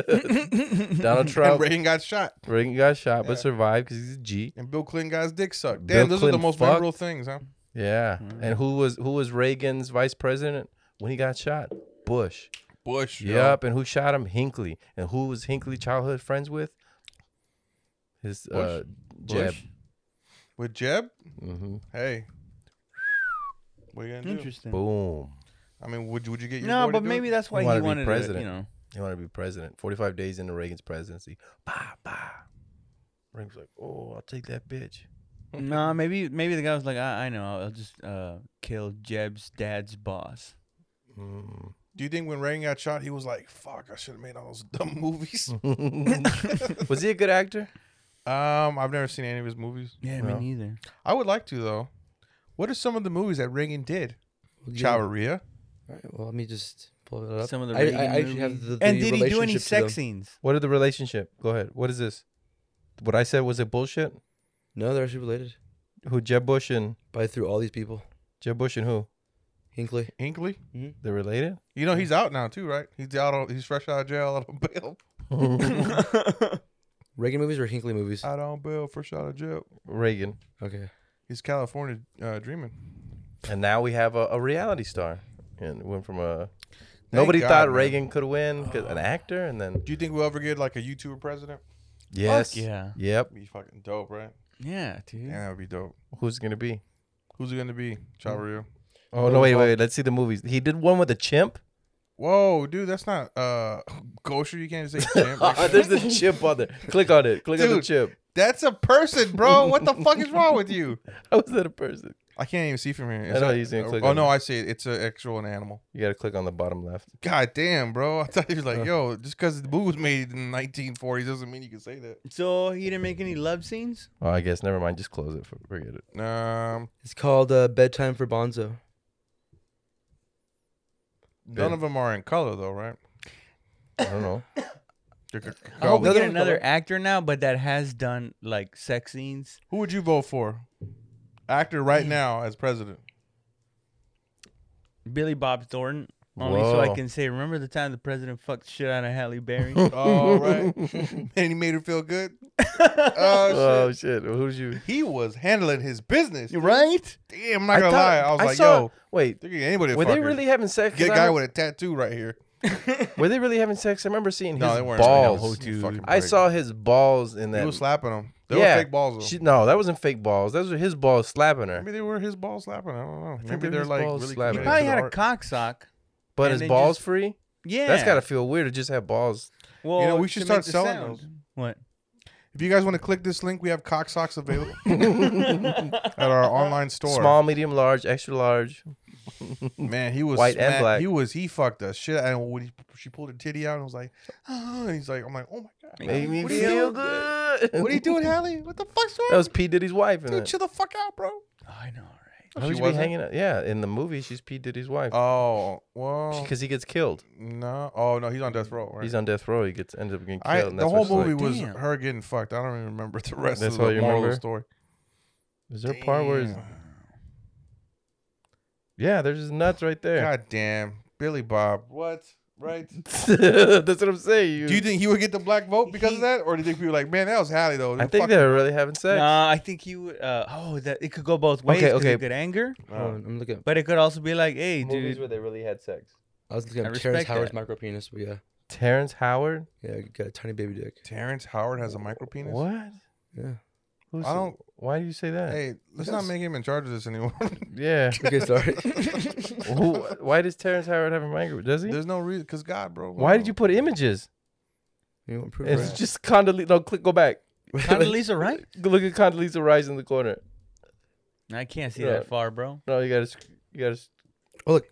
Speaker 3: (laughs)
Speaker 5: (laughs)
Speaker 3: Donald
Speaker 5: and
Speaker 3: Trump.
Speaker 5: Reagan got shot.
Speaker 3: Reagan got shot,
Speaker 5: Yeah.
Speaker 3: but survived because he's a G.
Speaker 5: And Bill Clinton got his dick sucked.
Speaker 3: Bill
Speaker 5: Damn, those are the
Speaker 3: Clinton
Speaker 5: most
Speaker 3: fucked.
Speaker 5: memorable things, huh?
Speaker 3: Yeah. And who was who was Reagan's vice president when he got shot? Bush.
Speaker 5: Bush. yo.
Speaker 3: Yep. And who shot him? Hinkley. And who was Hinkley childhood friends with? His uh, Jeb.
Speaker 5: Bush? With Jeb?
Speaker 3: hmm
Speaker 5: Hey. What are you gonna do?
Speaker 4: Interesting.
Speaker 3: Boom.
Speaker 5: I mean, would you would you get your
Speaker 4: No,
Speaker 5: boy to
Speaker 4: but
Speaker 5: do
Speaker 4: maybe
Speaker 5: it?
Speaker 4: that's why
Speaker 3: You
Speaker 4: he
Speaker 3: wanna be
Speaker 4: wanted to,
Speaker 3: president.
Speaker 4: you know.
Speaker 3: He wanted to be president. Forty-five days into Reagan's presidency. Bah bah. Reagan's like, oh, I'll take
Speaker 5: (laughs)
Speaker 3: that bitch.
Speaker 4: (laughs) nah, maybe maybe the guy was like, I, I know, I'll just uh, kill Jeb's dad's boss.
Speaker 3: Mm.
Speaker 5: Do you think when Reagan got shot, he was like, "Fuck, I should have made all those (laughs) dumb movies"?
Speaker 3: (laughs) was he a good actor?
Speaker 5: um, I've never seen any of his movies.
Speaker 4: Yeah,
Speaker 5: No.
Speaker 4: me neither.
Speaker 5: I would like to though. What are some of the momovies that Reagan did?
Speaker 6: We'll give-
Speaker 5: Chavarria.
Speaker 6: All right, well, let me just pull it up.
Speaker 4: Some of the
Speaker 6: I,
Speaker 4: Reagan
Speaker 6: I, I actually have
Speaker 4: movies.
Speaker 6: the,
Speaker 4: and
Speaker 6: the
Speaker 4: did he do any
Speaker 6: relationship to them.
Speaker 4: sex scenes?
Speaker 3: What are the relationship? Go ahead. What is this? What I said was it bullshit?
Speaker 6: No, they're actually related.
Speaker 3: Who Jeb Bush and
Speaker 6: But I threw all these people.
Speaker 3: Jeb Bush and who?
Speaker 6: Hinkley.
Speaker 5: Hinkley. (laughs)
Speaker 3: They're related.
Speaker 5: You know he's out now too, right? He's out. On, he's fresh out of jail. (laughs) Out on bail.
Speaker 6: Reagan movies or Hinkley movies?
Speaker 5: Out on bail. Fresh out of jail.
Speaker 3: Reagan.
Speaker 6: Okay.
Speaker 5: He's California uh, dreaming.
Speaker 3: And now we have a, a reality star. And it went from a nobody
Speaker 5: God,
Speaker 3: thought
Speaker 5: man.
Speaker 3: Reagan
Speaker 5: (gasps)
Speaker 3: could win 'cause an actor, and then
Speaker 5: Do you think we'll ever get like a YouTuber president?
Speaker 3: yes,
Speaker 4: yeah.
Speaker 3: yep.
Speaker 5: Be fucking dope, right?
Speaker 4: Yeah, dude.
Speaker 5: Yeah, that would be dope.
Speaker 3: Who's it gonna be?
Speaker 5: Who's it gonna be? Chavarria.
Speaker 3: Oh no, wait, wait, wait. Let's see the movies. He did one with
Speaker 5: (laughs)
Speaker 3: a chimp. (laughs)
Speaker 5: Whoa, dude, that's not uh (laughs) kosher. You can't say
Speaker 3: (laughs)
Speaker 5: champ. like
Speaker 3: Ah,
Speaker 5: that.
Speaker 3: there's the chimp on there. Click on it. Click on the
Speaker 5: Dude.
Speaker 3: chimp.
Speaker 5: (laughs)
Speaker 3: (laughs)
Speaker 5: that's a person, bro. What the fuck is wrong with you?
Speaker 3: How is that a person?
Speaker 5: I can't even see from here. Is
Speaker 3: know,
Speaker 5: that-
Speaker 3: you didn't click
Speaker 5: oh
Speaker 3: on
Speaker 5: no,
Speaker 3: it.
Speaker 5: I see it. It's an actual an animal.
Speaker 3: You gotta click on the bottom left.
Speaker 5: God damn, bro. I thought you was like, yo, just because the movie was made in the 1940s doesn't mean you can say that.
Speaker 4: So he didn't make any love scenes?
Speaker 3: Oh, I guess never mind. Just close it. For, forget it.
Speaker 5: Um,
Speaker 6: It's called uh, Bedtime for Bonzo.
Speaker 5: None of them are in color though, right?
Speaker 3: I
Speaker 5: (laughs)
Speaker 3: don't know.
Speaker 5: Oh, They're c-
Speaker 4: I hope we
Speaker 5: color.
Speaker 4: get another actor now, but that has done like sex scenes.
Speaker 5: Who would you vote for? Actor right now as president.
Speaker 4: Billy Bob Thornton. Only so I
Speaker 3: Whoa.
Speaker 4: can say, remember the time the president fucked shit out of Halle Berry?
Speaker 5: All right. (laughs) and he made her feel good. Oh,
Speaker 3: Oh shit! Who's you?
Speaker 5: shit. He was handling his business.
Speaker 3: Right?
Speaker 5: Damn, I'm not gonna lie. I was like, yo,
Speaker 3: wait,
Speaker 5: they're getting anybody. to
Speaker 3: were
Speaker 5: fuck
Speaker 3: they
Speaker 5: her.
Speaker 3: really having sex? 'Cause
Speaker 5: Get a
Speaker 3: I
Speaker 5: guy
Speaker 3: rem-
Speaker 5: with a tattoo right here.
Speaker 3: were they really having sex? I remember seeing
Speaker 5: No,
Speaker 3: his
Speaker 5: they weren't.
Speaker 3: balls.
Speaker 5: Give me a fucking
Speaker 3: I
Speaker 5: break.
Speaker 3: saw his balls in
Speaker 5: He
Speaker 3: that.
Speaker 5: was slapping them. They were fake balls. Though.
Speaker 3: She, no, that wasn't fake balls. Those were his balls slapping her.
Speaker 5: Maybe they were his balls slapping. I don't know.
Speaker 3: they
Speaker 5: Maybe
Speaker 3: were
Speaker 5: they're
Speaker 3: his
Speaker 5: like
Speaker 3: balls
Speaker 5: really
Speaker 3: slapping.
Speaker 5: connected
Speaker 4: he
Speaker 5: to
Speaker 3: Yeah,
Speaker 4: probably had
Speaker 5: the
Speaker 4: a
Speaker 5: art.
Speaker 4: cock sock.
Speaker 3: But
Speaker 4: And
Speaker 3: his
Speaker 4: they
Speaker 3: balls
Speaker 4: just-
Speaker 3: free?
Speaker 4: Yeah,
Speaker 3: That's gotta feel weird to just have balls.
Speaker 4: Well,
Speaker 5: we
Speaker 4: to
Speaker 5: should
Speaker 4: make
Speaker 5: start
Speaker 4: the
Speaker 5: selling
Speaker 4: sound.
Speaker 5: those.
Speaker 4: What?
Speaker 5: If you guys want to click this link, we have cock socks
Speaker 3: (laughs)
Speaker 5: available at our online store.
Speaker 3: Small, medium, large, extra large.
Speaker 5: Man, he was
Speaker 3: White and
Speaker 5: smack-
Speaker 3: black.
Speaker 5: He was he fucked us shit. And when he, she pulled her titty out, and was like, oh, and he's like, I'm like, oh my god,
Speaker 3: Made me
Speaker 5: what are you
Speaker 3: feel
Speaker 5: doing?
Speaker 3: good.
Speaker 5: What are you doing, Hallie? What the fuck's wrong?
Speaker 3: (laughs) That was P Diddy's wife in
Speaker 5: Dude,
Speaker 3: it.
Speaker 5: chill the fuck out, bro.
Speaker 4: I know, right?
Speaker 3: Who would you be
Speaker 5: wasn't?
Speaker 3: hanging out? Yeah, in the movie, she's P Diddy's wife
Speaker 5: Oh well,
Speaker 3: because he gets killed.
Speaker 5: no. Oh no, he's on death row. Right?
Speaker 3: He's on death row. He gets ended up getting killed.
Speaker 5: I,
Speaker 3: and
Speaker 5: the
Speaker 3: that's
Speaker 5: whole
Speaker 3: what
Speaker 5: movie
Speaker 3: she's Like,
Speaker 5: was
Speaker 4: "Damn."
Speaker 5: her getting fucked. I don't even remember (laughs) the rest
Speaker 3: That's
Speaker 5: of the
Speaker 3: all you
Speaker 5: moral of the
Speaker 3: remember?
Speaker 5: story.
Speaker 3: is there a part where? It's, yeah, there's his nuts right there.
Speaker 5: God damn, Billy Bob. What? Right?
Speaker 3: (laughs) that's what I'm saying. You,
Speaker 5: Do you think he would get the black vote because of
Speaker 4: He-
Speaker 5: that, or do you think people were like, man, that was Hallie though?
Speaker 3: I think they're really having sex.
Speaker 4: Nah, I think he would. Uh, oh, that it could go both ways.
Speaker 3: Okay,
Speaker 4: 'cause
Speaker 3: okay.
Speaker 4: It could anger,
Speaker 6: Hold on, I'm looking. Up,
Speaker 4: but it could also be like, hey,
Speaker 3: Movies
Speaker 4: dude.
Speaker 3: where they really had sex.
Speaker 6: I was looking
Speaker 4: I
Speaker 6: up Terrence
Speaker 4: respect
Speaker 6: Howard's
Speaker 4: that.
Speaker 6: micro penis, but yeah,
Speaker 3: Terrence Howard.
Speaker 6: yeah, you got a tiny baby dick.
Speaker 5: Terrence Howard has a micro penis.
Speaker 3: What?
Speaker 6: Yeah.
Speaker 3: Who's
Speaker 5: I don't-
Speaker 3: Why do you say that?
Speaker 5: Hey, let's not
Speaker 6: Yes.
Speaker 5: make him in charge of this anymore. (laughs)
Speaker 3: Yeah.
Speaker 6: Okay, sorry.
Speaker 3: Who, why does Terrence Howard have a micro? Does he?
Speaker 5: There's no reason, cause God, bro.
Speaker 3: Why did you put images?
Speaker 6: you want proof?
Speaker 3: It's
Speaker 6: right?
Speaker 3: just Condoleezza. No, click. Go back.
Speaker 4: (laughs)
Speaker 6: (laughs)
Speaker 5: (laughs)
Speaker 4: Condoleezza Rice?
Speaker 3: Look at Condoleezza Rice in the corner.
Speaker 4: I can't see
Speaker 3: Yeah.
Speaker 4: that far, bro.
Speaker 3: No, you gotta. sc- You gotta. sc-
Speaker 6: Oh, look.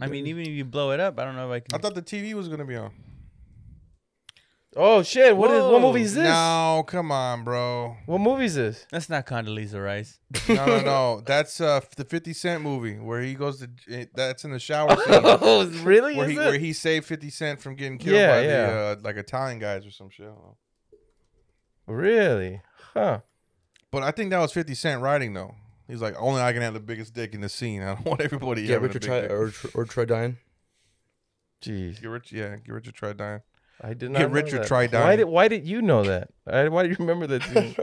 Speaker 4: I mean, even if you blow it up, I don't know if I
Speaker 5: I
Speaker 4: can.
Speaker 5: thought the TV was gonna be on.
Speaker 3: Oh shit! What is? What
Speaker 4: Whoa.
Speaker 3: movie is this?
Speaker 5: No, come on, bro.
Speaker 3: What movie
Speaker 5: (laughs)
Speaker 3: is this?
Speaker 4: That's not Condoleezza Rice.
Speaker 5: No, no,
Speaker 3: (laughs)
Speaker 5: no. That's uh the Fifty Cent movie where he goes to. it- That's in the shower scene.
Speaker 3: Oh, really? (laughs)
Speaker 5: Where
Speaker 3: is
Speaker 5: he,
Speaker 3: it?
Speaker 5: where he saved 50 Cent from getting killed
Speaker 3: Yeah,
Speaker 5: by the
Speaker 3: yeah.
Speaker 5: uh, like Italian guys or some shit. I don't know.
Speaker 3: really? Huh?
Speaker 5: But I think that was 50 Cent writing though. He's like, only I can have the biggest dick in the scene. I don't want everybody.
Speaker 6: yeah,
Speaker 5: having a
Speaker 6: Richard
Speaker 5: big
Speaker 6: Tri-
Speaker 5: dick."
Speaker 6: or, or Troy Dine.
Speaker 3: Jeez,
Speaker 5: Get rich, yeah. Get Richard try dying. (laughs)
Speaker 3: I did not
Speaker 5: Get
Speaker 3: know
Speaker 5: Richard
Speaker 3: that.
Speaker 5: Tri
Speaker 3: Why
Speaker 5: Dine.
Speaker 3: did Why did you know that? I, why do you
Speaker 5: (laughs)
Speaker 3: remember that? Scene?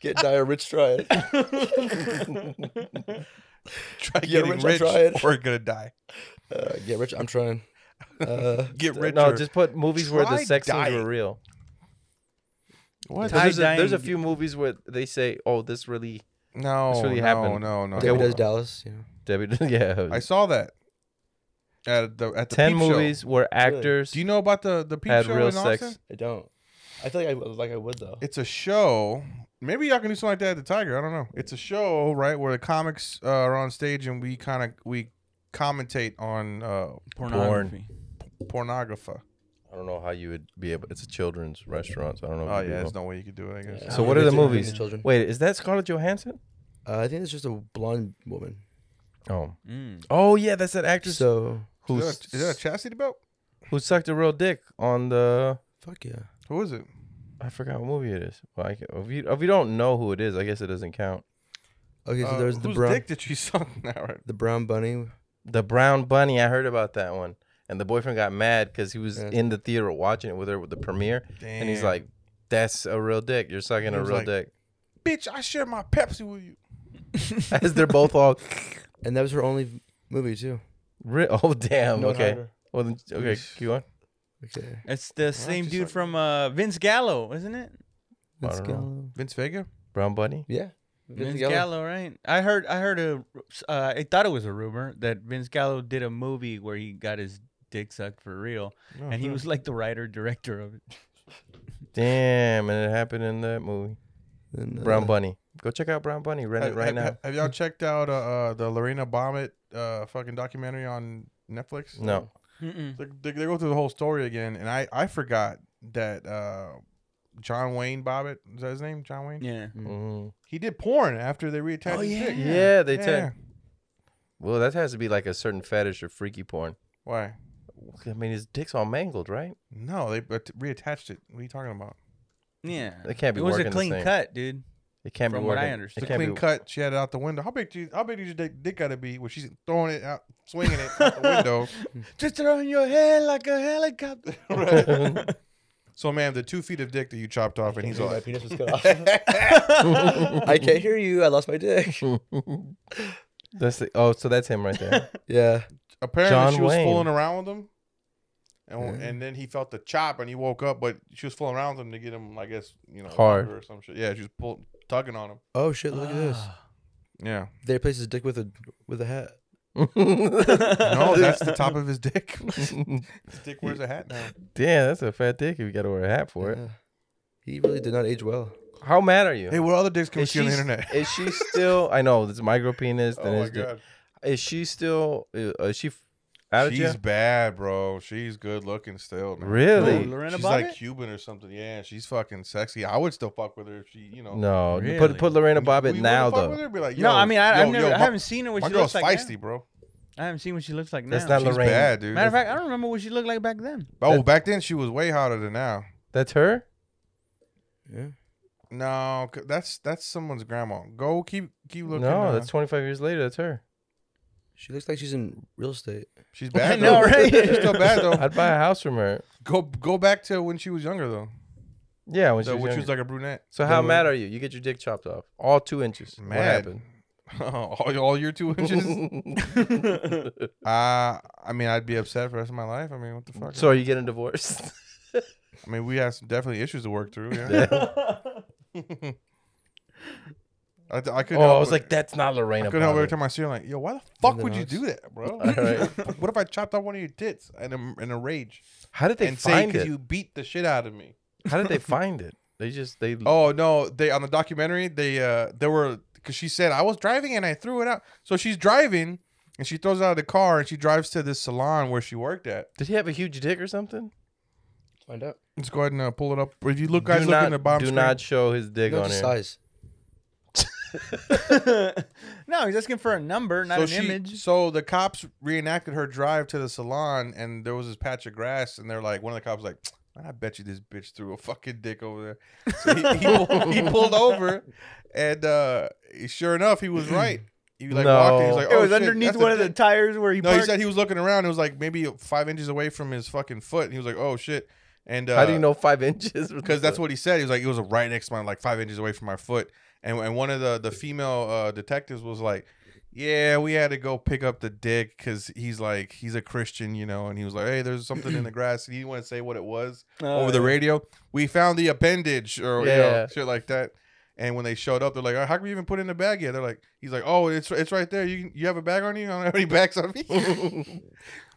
Speaker 6: Get Dyer Rich Try It.
Speaker 5: Try
Speaker 6: Get
Speaker 5: getting
Speaker 6: rich
Speaker 5: rich,
Speaker 6: or try it.
Speaker 5: or gonna die.
Speaker 6: Uh, get Rich. I'm (laughs) trying. Uh,
Speaker 5: Get rich.
Speaker 3: no,
Speaker 5: or-
Speaker 3: just put movies where the
Speaker 5: Try
Speaker 3: sex scenes
Speaker 5: dying.
Speaker 3: were real.
Speaker 5: what?
Speaker 3: 'Cause There's a, there's a
Speaker 4: Tie-dyeing.
Speaker 3: few movies where they say, "Oh, this really (laughs)
Speaker 5: No,
Speaker 3: This really
Speaker 5: no,
Speaker 3: happened.
Speaker 5: no, no.
Speaker 6: Debbie
Speaker 3: Okay,
Speaker 6: Does Dallas. You know.
Speaker 3: Debbie." yeah,
Speaker 5: I saw that at the at the
Speaker 3: ten
Speaker 5: peep show.
Speaker 3: movies where actors
Speaker 5: Do you know about the the peep
Speaker 3: had
Speaker 5: show
Speaker 3: real
Speaker 5: in
Speaker 3: sex.
Speaker 5: Austin?
Speaker 6: I don't. I feel like I like I would though.
Speaker 5: It's a show. Maybe y'all can do something like that at the Tiger. I don't know. It's a show, right, where the comics uh, are on stage and we kind of we commentate on uh,
Speaker 4: Pornography.
Speaker 5: pornography.
Speaker 3: I don't know how you would be able. It's a children's restaurant, so I don't know. if
Speaker 5: Oh
Speaker 3: you'd be
Speaker 5: yeah,
Speaker 3: able-
Speaker 5: there's no way you could do it. I guess.
Speaker 6: Yeah.
Speaker 3: So what are the
Speaker 6: It's- it's
Speaker 3: movies?
Speaker 6: Children.
Speaker 3: Wait, is that Scarlett Johansson?
Speaker 6: Uh, I think it's just a blonde woman.
Speaker 3: Oh,
Speaker 4: Mm.
Speaker 3: oh yeah, that's that actress
Speaker 6: So
Speaker 3: who
Speaker 5: Is, that a, is that a chastity belt?
Speaker 3: who sucked a real dick on the.
Speaker 6: fuck yeah.
Speaker 5: Who is it?
Speaker 3: I forgot what movie it is. Well, I can, if you if you don't know who it is, I guess it doesn't count.
Speaker 6: Okay, so
Speaker 5: Uh,
Speaker 6: there's the
Speaker 5: whose
Speaker 6: brown
Speaker 5: dick that you (laughs) suck now, right?
Speaker 6: the brown bunny.
Speaker 3: The Brown Bunny. I heard about that one, and the boyfriend got mad because he was
Speaker 6: Yeah.
Speaker 3: in the theater watching it with her with the premiere,
Speaker 5: Damn.
Speaker 3: and he's like, "That's a real dick. You're sucking
Speaker 5: He
Speaker 3: a
Speaker 5: was
Speaker 3: real
Speaker 5: like- (laughs)
Speaker 3: dick."
Speaker 5: "Bitch, I share my Pepsi with you."
Speaker 3: As they're both all.
Speaker 6: And that was her only v- movie too.
Speaker 3: Re- (laughs) oh damn.
Speaker 6: No one
Speaker 3: okay.
Speaker 6: hired her.
Speaker 3: Well then, okay. Keep on.
Speaker 6: Okay.
Speaker 4: It's the same
Speaker 5: just
Speaker 4: dude
Speaker 5: like-
Speaker 4: from uh, Vince Gallo, isn't it?
Speaker 6: Let's
Speaker 3: don't
Speaker 6: go.
Speaker 5: Vince Vega.
Speaker 3: Brown Bunny.
Speaker 6: Yeah.
Speaker 4: Vince, Gallo, right? I heard, I heard a, uh, I thought it was a rumor that Vince Gallo did a movie where he got his dick sucked for real, and
Speaker 5: Uh-huh.
Speaker 4: he was like the writer director of it.
Speaker 3: Damn, and it happened in that movie.
Speaker 6: And, uh,
Speaker 3: Brown Bunny. Go check out Brown Bunny. Rent it right
Speaker 5: have,
Speaker 3: now.
Speaker 5: Have y'all checked out uh, uh, the Lorena Bobbitt uh, fucking documentary on Netflix?
Speaker 3: No.
Speaker 5: They, they, they go through the whole story again, and I, I forgot that uh, John Wayne Bobbitt is that his name? John Wayne.
Speaker 4: Yeah.
Speaker 3: Mm.
Speaker 5: He did porn after they reattached.
Speaker 4: Oh,
Speaker 5: his
Speaker 4: yeah.
Speaker 5: dick.
Speaker 3: Yeah, they
Speaker 5: Yeah.
Speaker 3: tell. Well, that has to be like a certain fetish or freaky porn.
Speaker 5: Why?
Speaker 3: I mean, his dick's all mangled, right?
Speaker 5: No, they but reattached it. What are you talking about?
Speaker 4: Yeah.
Speaker 3: It can't be
Speaker 4: It was a
Speaker 3: working the
Speaker 4: clean
Speaker 3: same.
Speaker 4: cut, dude.
Speaker 3: It can't
Speaker 4: From
Speaker 3: be
Speaker 4: what
Speaker 3: working.
Speaker 4: I
Speaker 3: it
Speaker 4: understand.
Speaker 5: It's a
Speaker 3: can't
Speaker 5: clean
Speaker 3: be-
Speaker 5: cut. She had it out the window. How big do you, how big do you think dick got to be where she's throwing it out, swinging it out
Speaker 4: (laughs)
Speaker 5: the window?
Speaker 4: Just throwing your head like
Speaker 3: (laughs)
Speaker 4: a helicopter.
Speaker 5: Right. so, ma'am, the two feet of dick that you chopped off, and he's
Speaker 6: my
Speaker 5: like,
Speaker 6: penis was cut off. (laughs) I can't hear you. I lost my
Speaker 3: (laughs)
Speaker 6: dick.
Speaker 3: That's the, oh, so that's him right there. (laughs)
Speaker 6: Yeah.
Speaker 5: apparently
Speaker 3: John
Speaker 5: she was
Speaker 3: Wayne.
Speaker 5: fooling around with him, and and then he felt the chop, and he woke up, but she was fooling around with him to get him, I guess, you know,
Speaker 3: Hard.
Speaker 5: longer or some shit. Yeah, she was pull, tugging on him.
Speaker 6: Oh shit! Look at this.
Speaker 5: Yeah,
Speaker 6: They replaced his dick with a with a hat.
Speaker 5: (laughs) (laughs) no,
Speaker 4: (laughs)
Speaker 5: that's the top of his
Speaker 3: (laughs)
Speaker 5: dick. his dick wears a hat now.
Speaker 3: Damn, that's a fat dick if you got to wear a hat for it.
Speaker 6: Yeah. He really did not age well.
Speaker 3: How mad are you?
Speaker 5: Hey, what other dicks can we
Speaker 3: is
Speaker 5: see on the
Speaker 3: s-
Speaker 5: internet?
Speaker 3: is she still? I know this
Speaker 5: (laughs)
Speaker 3: micro penis.
Speaker 5: Oh
Speaker 3: then
Speaker 5: my
Speaker 3: his dick.
Speaker 5: god,
Speaker 3: Is she still? uh, Is she f- out of
Speaker 5: she's
Speaker 3: jail?
Speaker 5: bad, bro. She's good looking still. Man.
Speaker 3: Really?
Speaker 4: Oh, Lorena
Speaker 5: she's
Speaker 4: Bobbitt?
Speaker 5: like Cuban or something. Yeah, she's fucking sexy. I would still fuck with her if she, you know.
Speaker 3: No, you put put Lorena Bobbitt
Speaker 5: We
Speaker 3: now
Speaker 5: wouldn't fuck with
Speaker 3: though.
Speaker 5: her, be like,
Speaker 4: no,
Speaker 5: yo,
Speaker 4: I mean, I,
Speaker 5: yo,
Speaker 4: I've never,
Speaker 5: yo,
Speaker 4: I
Speaker 5: my-
Speaker 4: haven't seen her what
Speaker 5: My
Speaker 4: she looks
Speaker 5: girl's
Speaker 4: like.
Speaker 5: feisty,
Speaker 4: now.
Speaker 5: bro.
Speaker 4: I haven't seen what she looks like now.
Speaker 3: That's not
Speaker 5: She's
Speaker 3: Lorraine.
Speaker 5: bad, dude.
Speaker 4: Matter of fact, I don't remember what she looked like back
Speaker 5: (laughs)
Speaker 4: then.
Speaker 5: oh, back then she was way hotter than now.
Speaker 3: That's her.
Speaker 5: No, c- that's that's someone's grandma. Go keep keep looking.
Speaker 3: no,
Speaker 5: uh,
Speaker 3: that's 25 years later.
Speaker 5: (laughs)
Speaker 3: That's her.
Speaker 6: She looks like she's in real estate.
Speaker 3: (laughs)
Speaker 5: she's bad.
Speaker 4: know,
Speaker 5: though.
Speaker 4: right?
Speaker 5: She's still bad though.
Speaker 3: I'd buy a house from her.
Speaker 5: Go go back to when she was younger though.
Speaker 3: Yeah, when she
Speaker 5: So,
Speaker 3: was
Speaker 5: when she
Speaker 3: younger.
Speaker 5: was like a brunette. (laughs)
Speaker 3: So how mad are you? You get your dick chopped off, all two inches. What
Speaker 5: Mad.
Speaker 3: happened?
Speaker 5: all, all your two
Speaker 3: (laughs)
Speaker 5: inches. uh, I mean, I'd be upset for the rest of my life. I mean, what the fuck?
Speaker 3: So are you getting divorced?
Speaker 5: (laughs)
Speaker 3: (laughs)
Speaker 5: I mean, we have some definitely issues to work through. Yeah. (laughs) I, th- I couldn't.
Speaker 3: oh,
Speaker 5: help
Speaker 3: I was
Speaker 5: it.
Speaker 3: like, that's not
Speaker 5: I
Speaker 3: Lorena.
Speaker 5: couldn't help every
Speaker 3: Bobbitt.
Speaker 5: time I see her. Like, yo, why the fuck
Speaker 6: then
Speaker 5: would
Speaker 6: I
Speaker 5: you
Speaker 6: was-
Speaker 5: do that,
Speaker 3: (laughs)
Speaker 5: bro?
Speaker 3: Alright.
Speaker 5: (laughs) what if I chopped off one of your tits in a, in a rage
Speaker 3: How did they
Speaker 5: and say,
Speaker 3: find
Speaker 5: "Cause
Speaker 3: it?
Speaker 5: you beat the shit out of me"? (laughs)
Speaker 3: How did they find it? They just they.
Speaker 5: Oh no, they on the documentary they uh there were because she said I was driving and I threw it out. So she's driving and she throws it out of the car and she drives to this salon where she worked at.
Speaker 3: Did he have a huge dick or something?
Speaker 6: Find out.
Speaker 5: Let's go ahead and uh, pull it up. If you look, guys,
Speaker 3: do
Speaker 5: look
Speaker 3: not,
Speaker 5: in the bottom.
Speaker 3: do
Speaker 5: screen.
Speaker 3: not show his dick
Speaker 6: No,
Speaker 3: on
Speaker 6: just
Speaker 3: here.
Speaker 6: size.
Speaker 4: no, he's asking for a number, not
Speaker 5: so
Speaker 4: an
Speaker 5: she,
Speaker 4: image.
Speaker 5: So the cops reenacted her drive to the salon and there was this patch of grass and they're like, one of the cops was like. Man, I bet you this bitch threw a fucking dick over there. So he, he,
Speaker 4: (laughs)
Speaker 5: pulled- he pulled over, and uh, sure enough, he was right. He like walked. In, he was like,
Speaker 4: it
Speaker 5: "Oh,
Speaker 4: was
Speaker 5: shit,
Speaker 4: underneath
Speaker 5: that's
Speaker 4: one of
Speaker 5: dick."
Speaker 4: the tires where he
Speaker 5: No, he
Speaker 4: parked.
Speaker 5: said he was looking around. It was like maybe five inches away from his fucking foot. And he was like, "Oh shit!" And uh,
Speaker 3: How do you know
Speaker 5: (laughs)
Speaker 3: five inches?
Speaker 5: Because
Speaker 3: (laughs)
Speaker 5: that's what he said. He was like, "It was right next to my, like five inches away from my foot." And and one of the the female uh, detectives was like, "Yeah, we had to go pick up the dick because he's like he's a Christian, you know." And he was like, "Hey, there's something
Speaker 3: (clears throat)
Speaker 5: in the grass." And he didn't want to say what it was
Speaker 4: Oh,
Speaker 5: over the radio. We found the appendage or you know,
Speaker 3: Yeah.
Speaker 5: shit like that. And when they showed up, they're like, "Oh, "How come you even put it in the bag yet?" They're like, "He's like, oh, it's it's right there. You you have a bag on you? I don't have any bags on
Speaker 3: (laughs)
Speaker 5: me."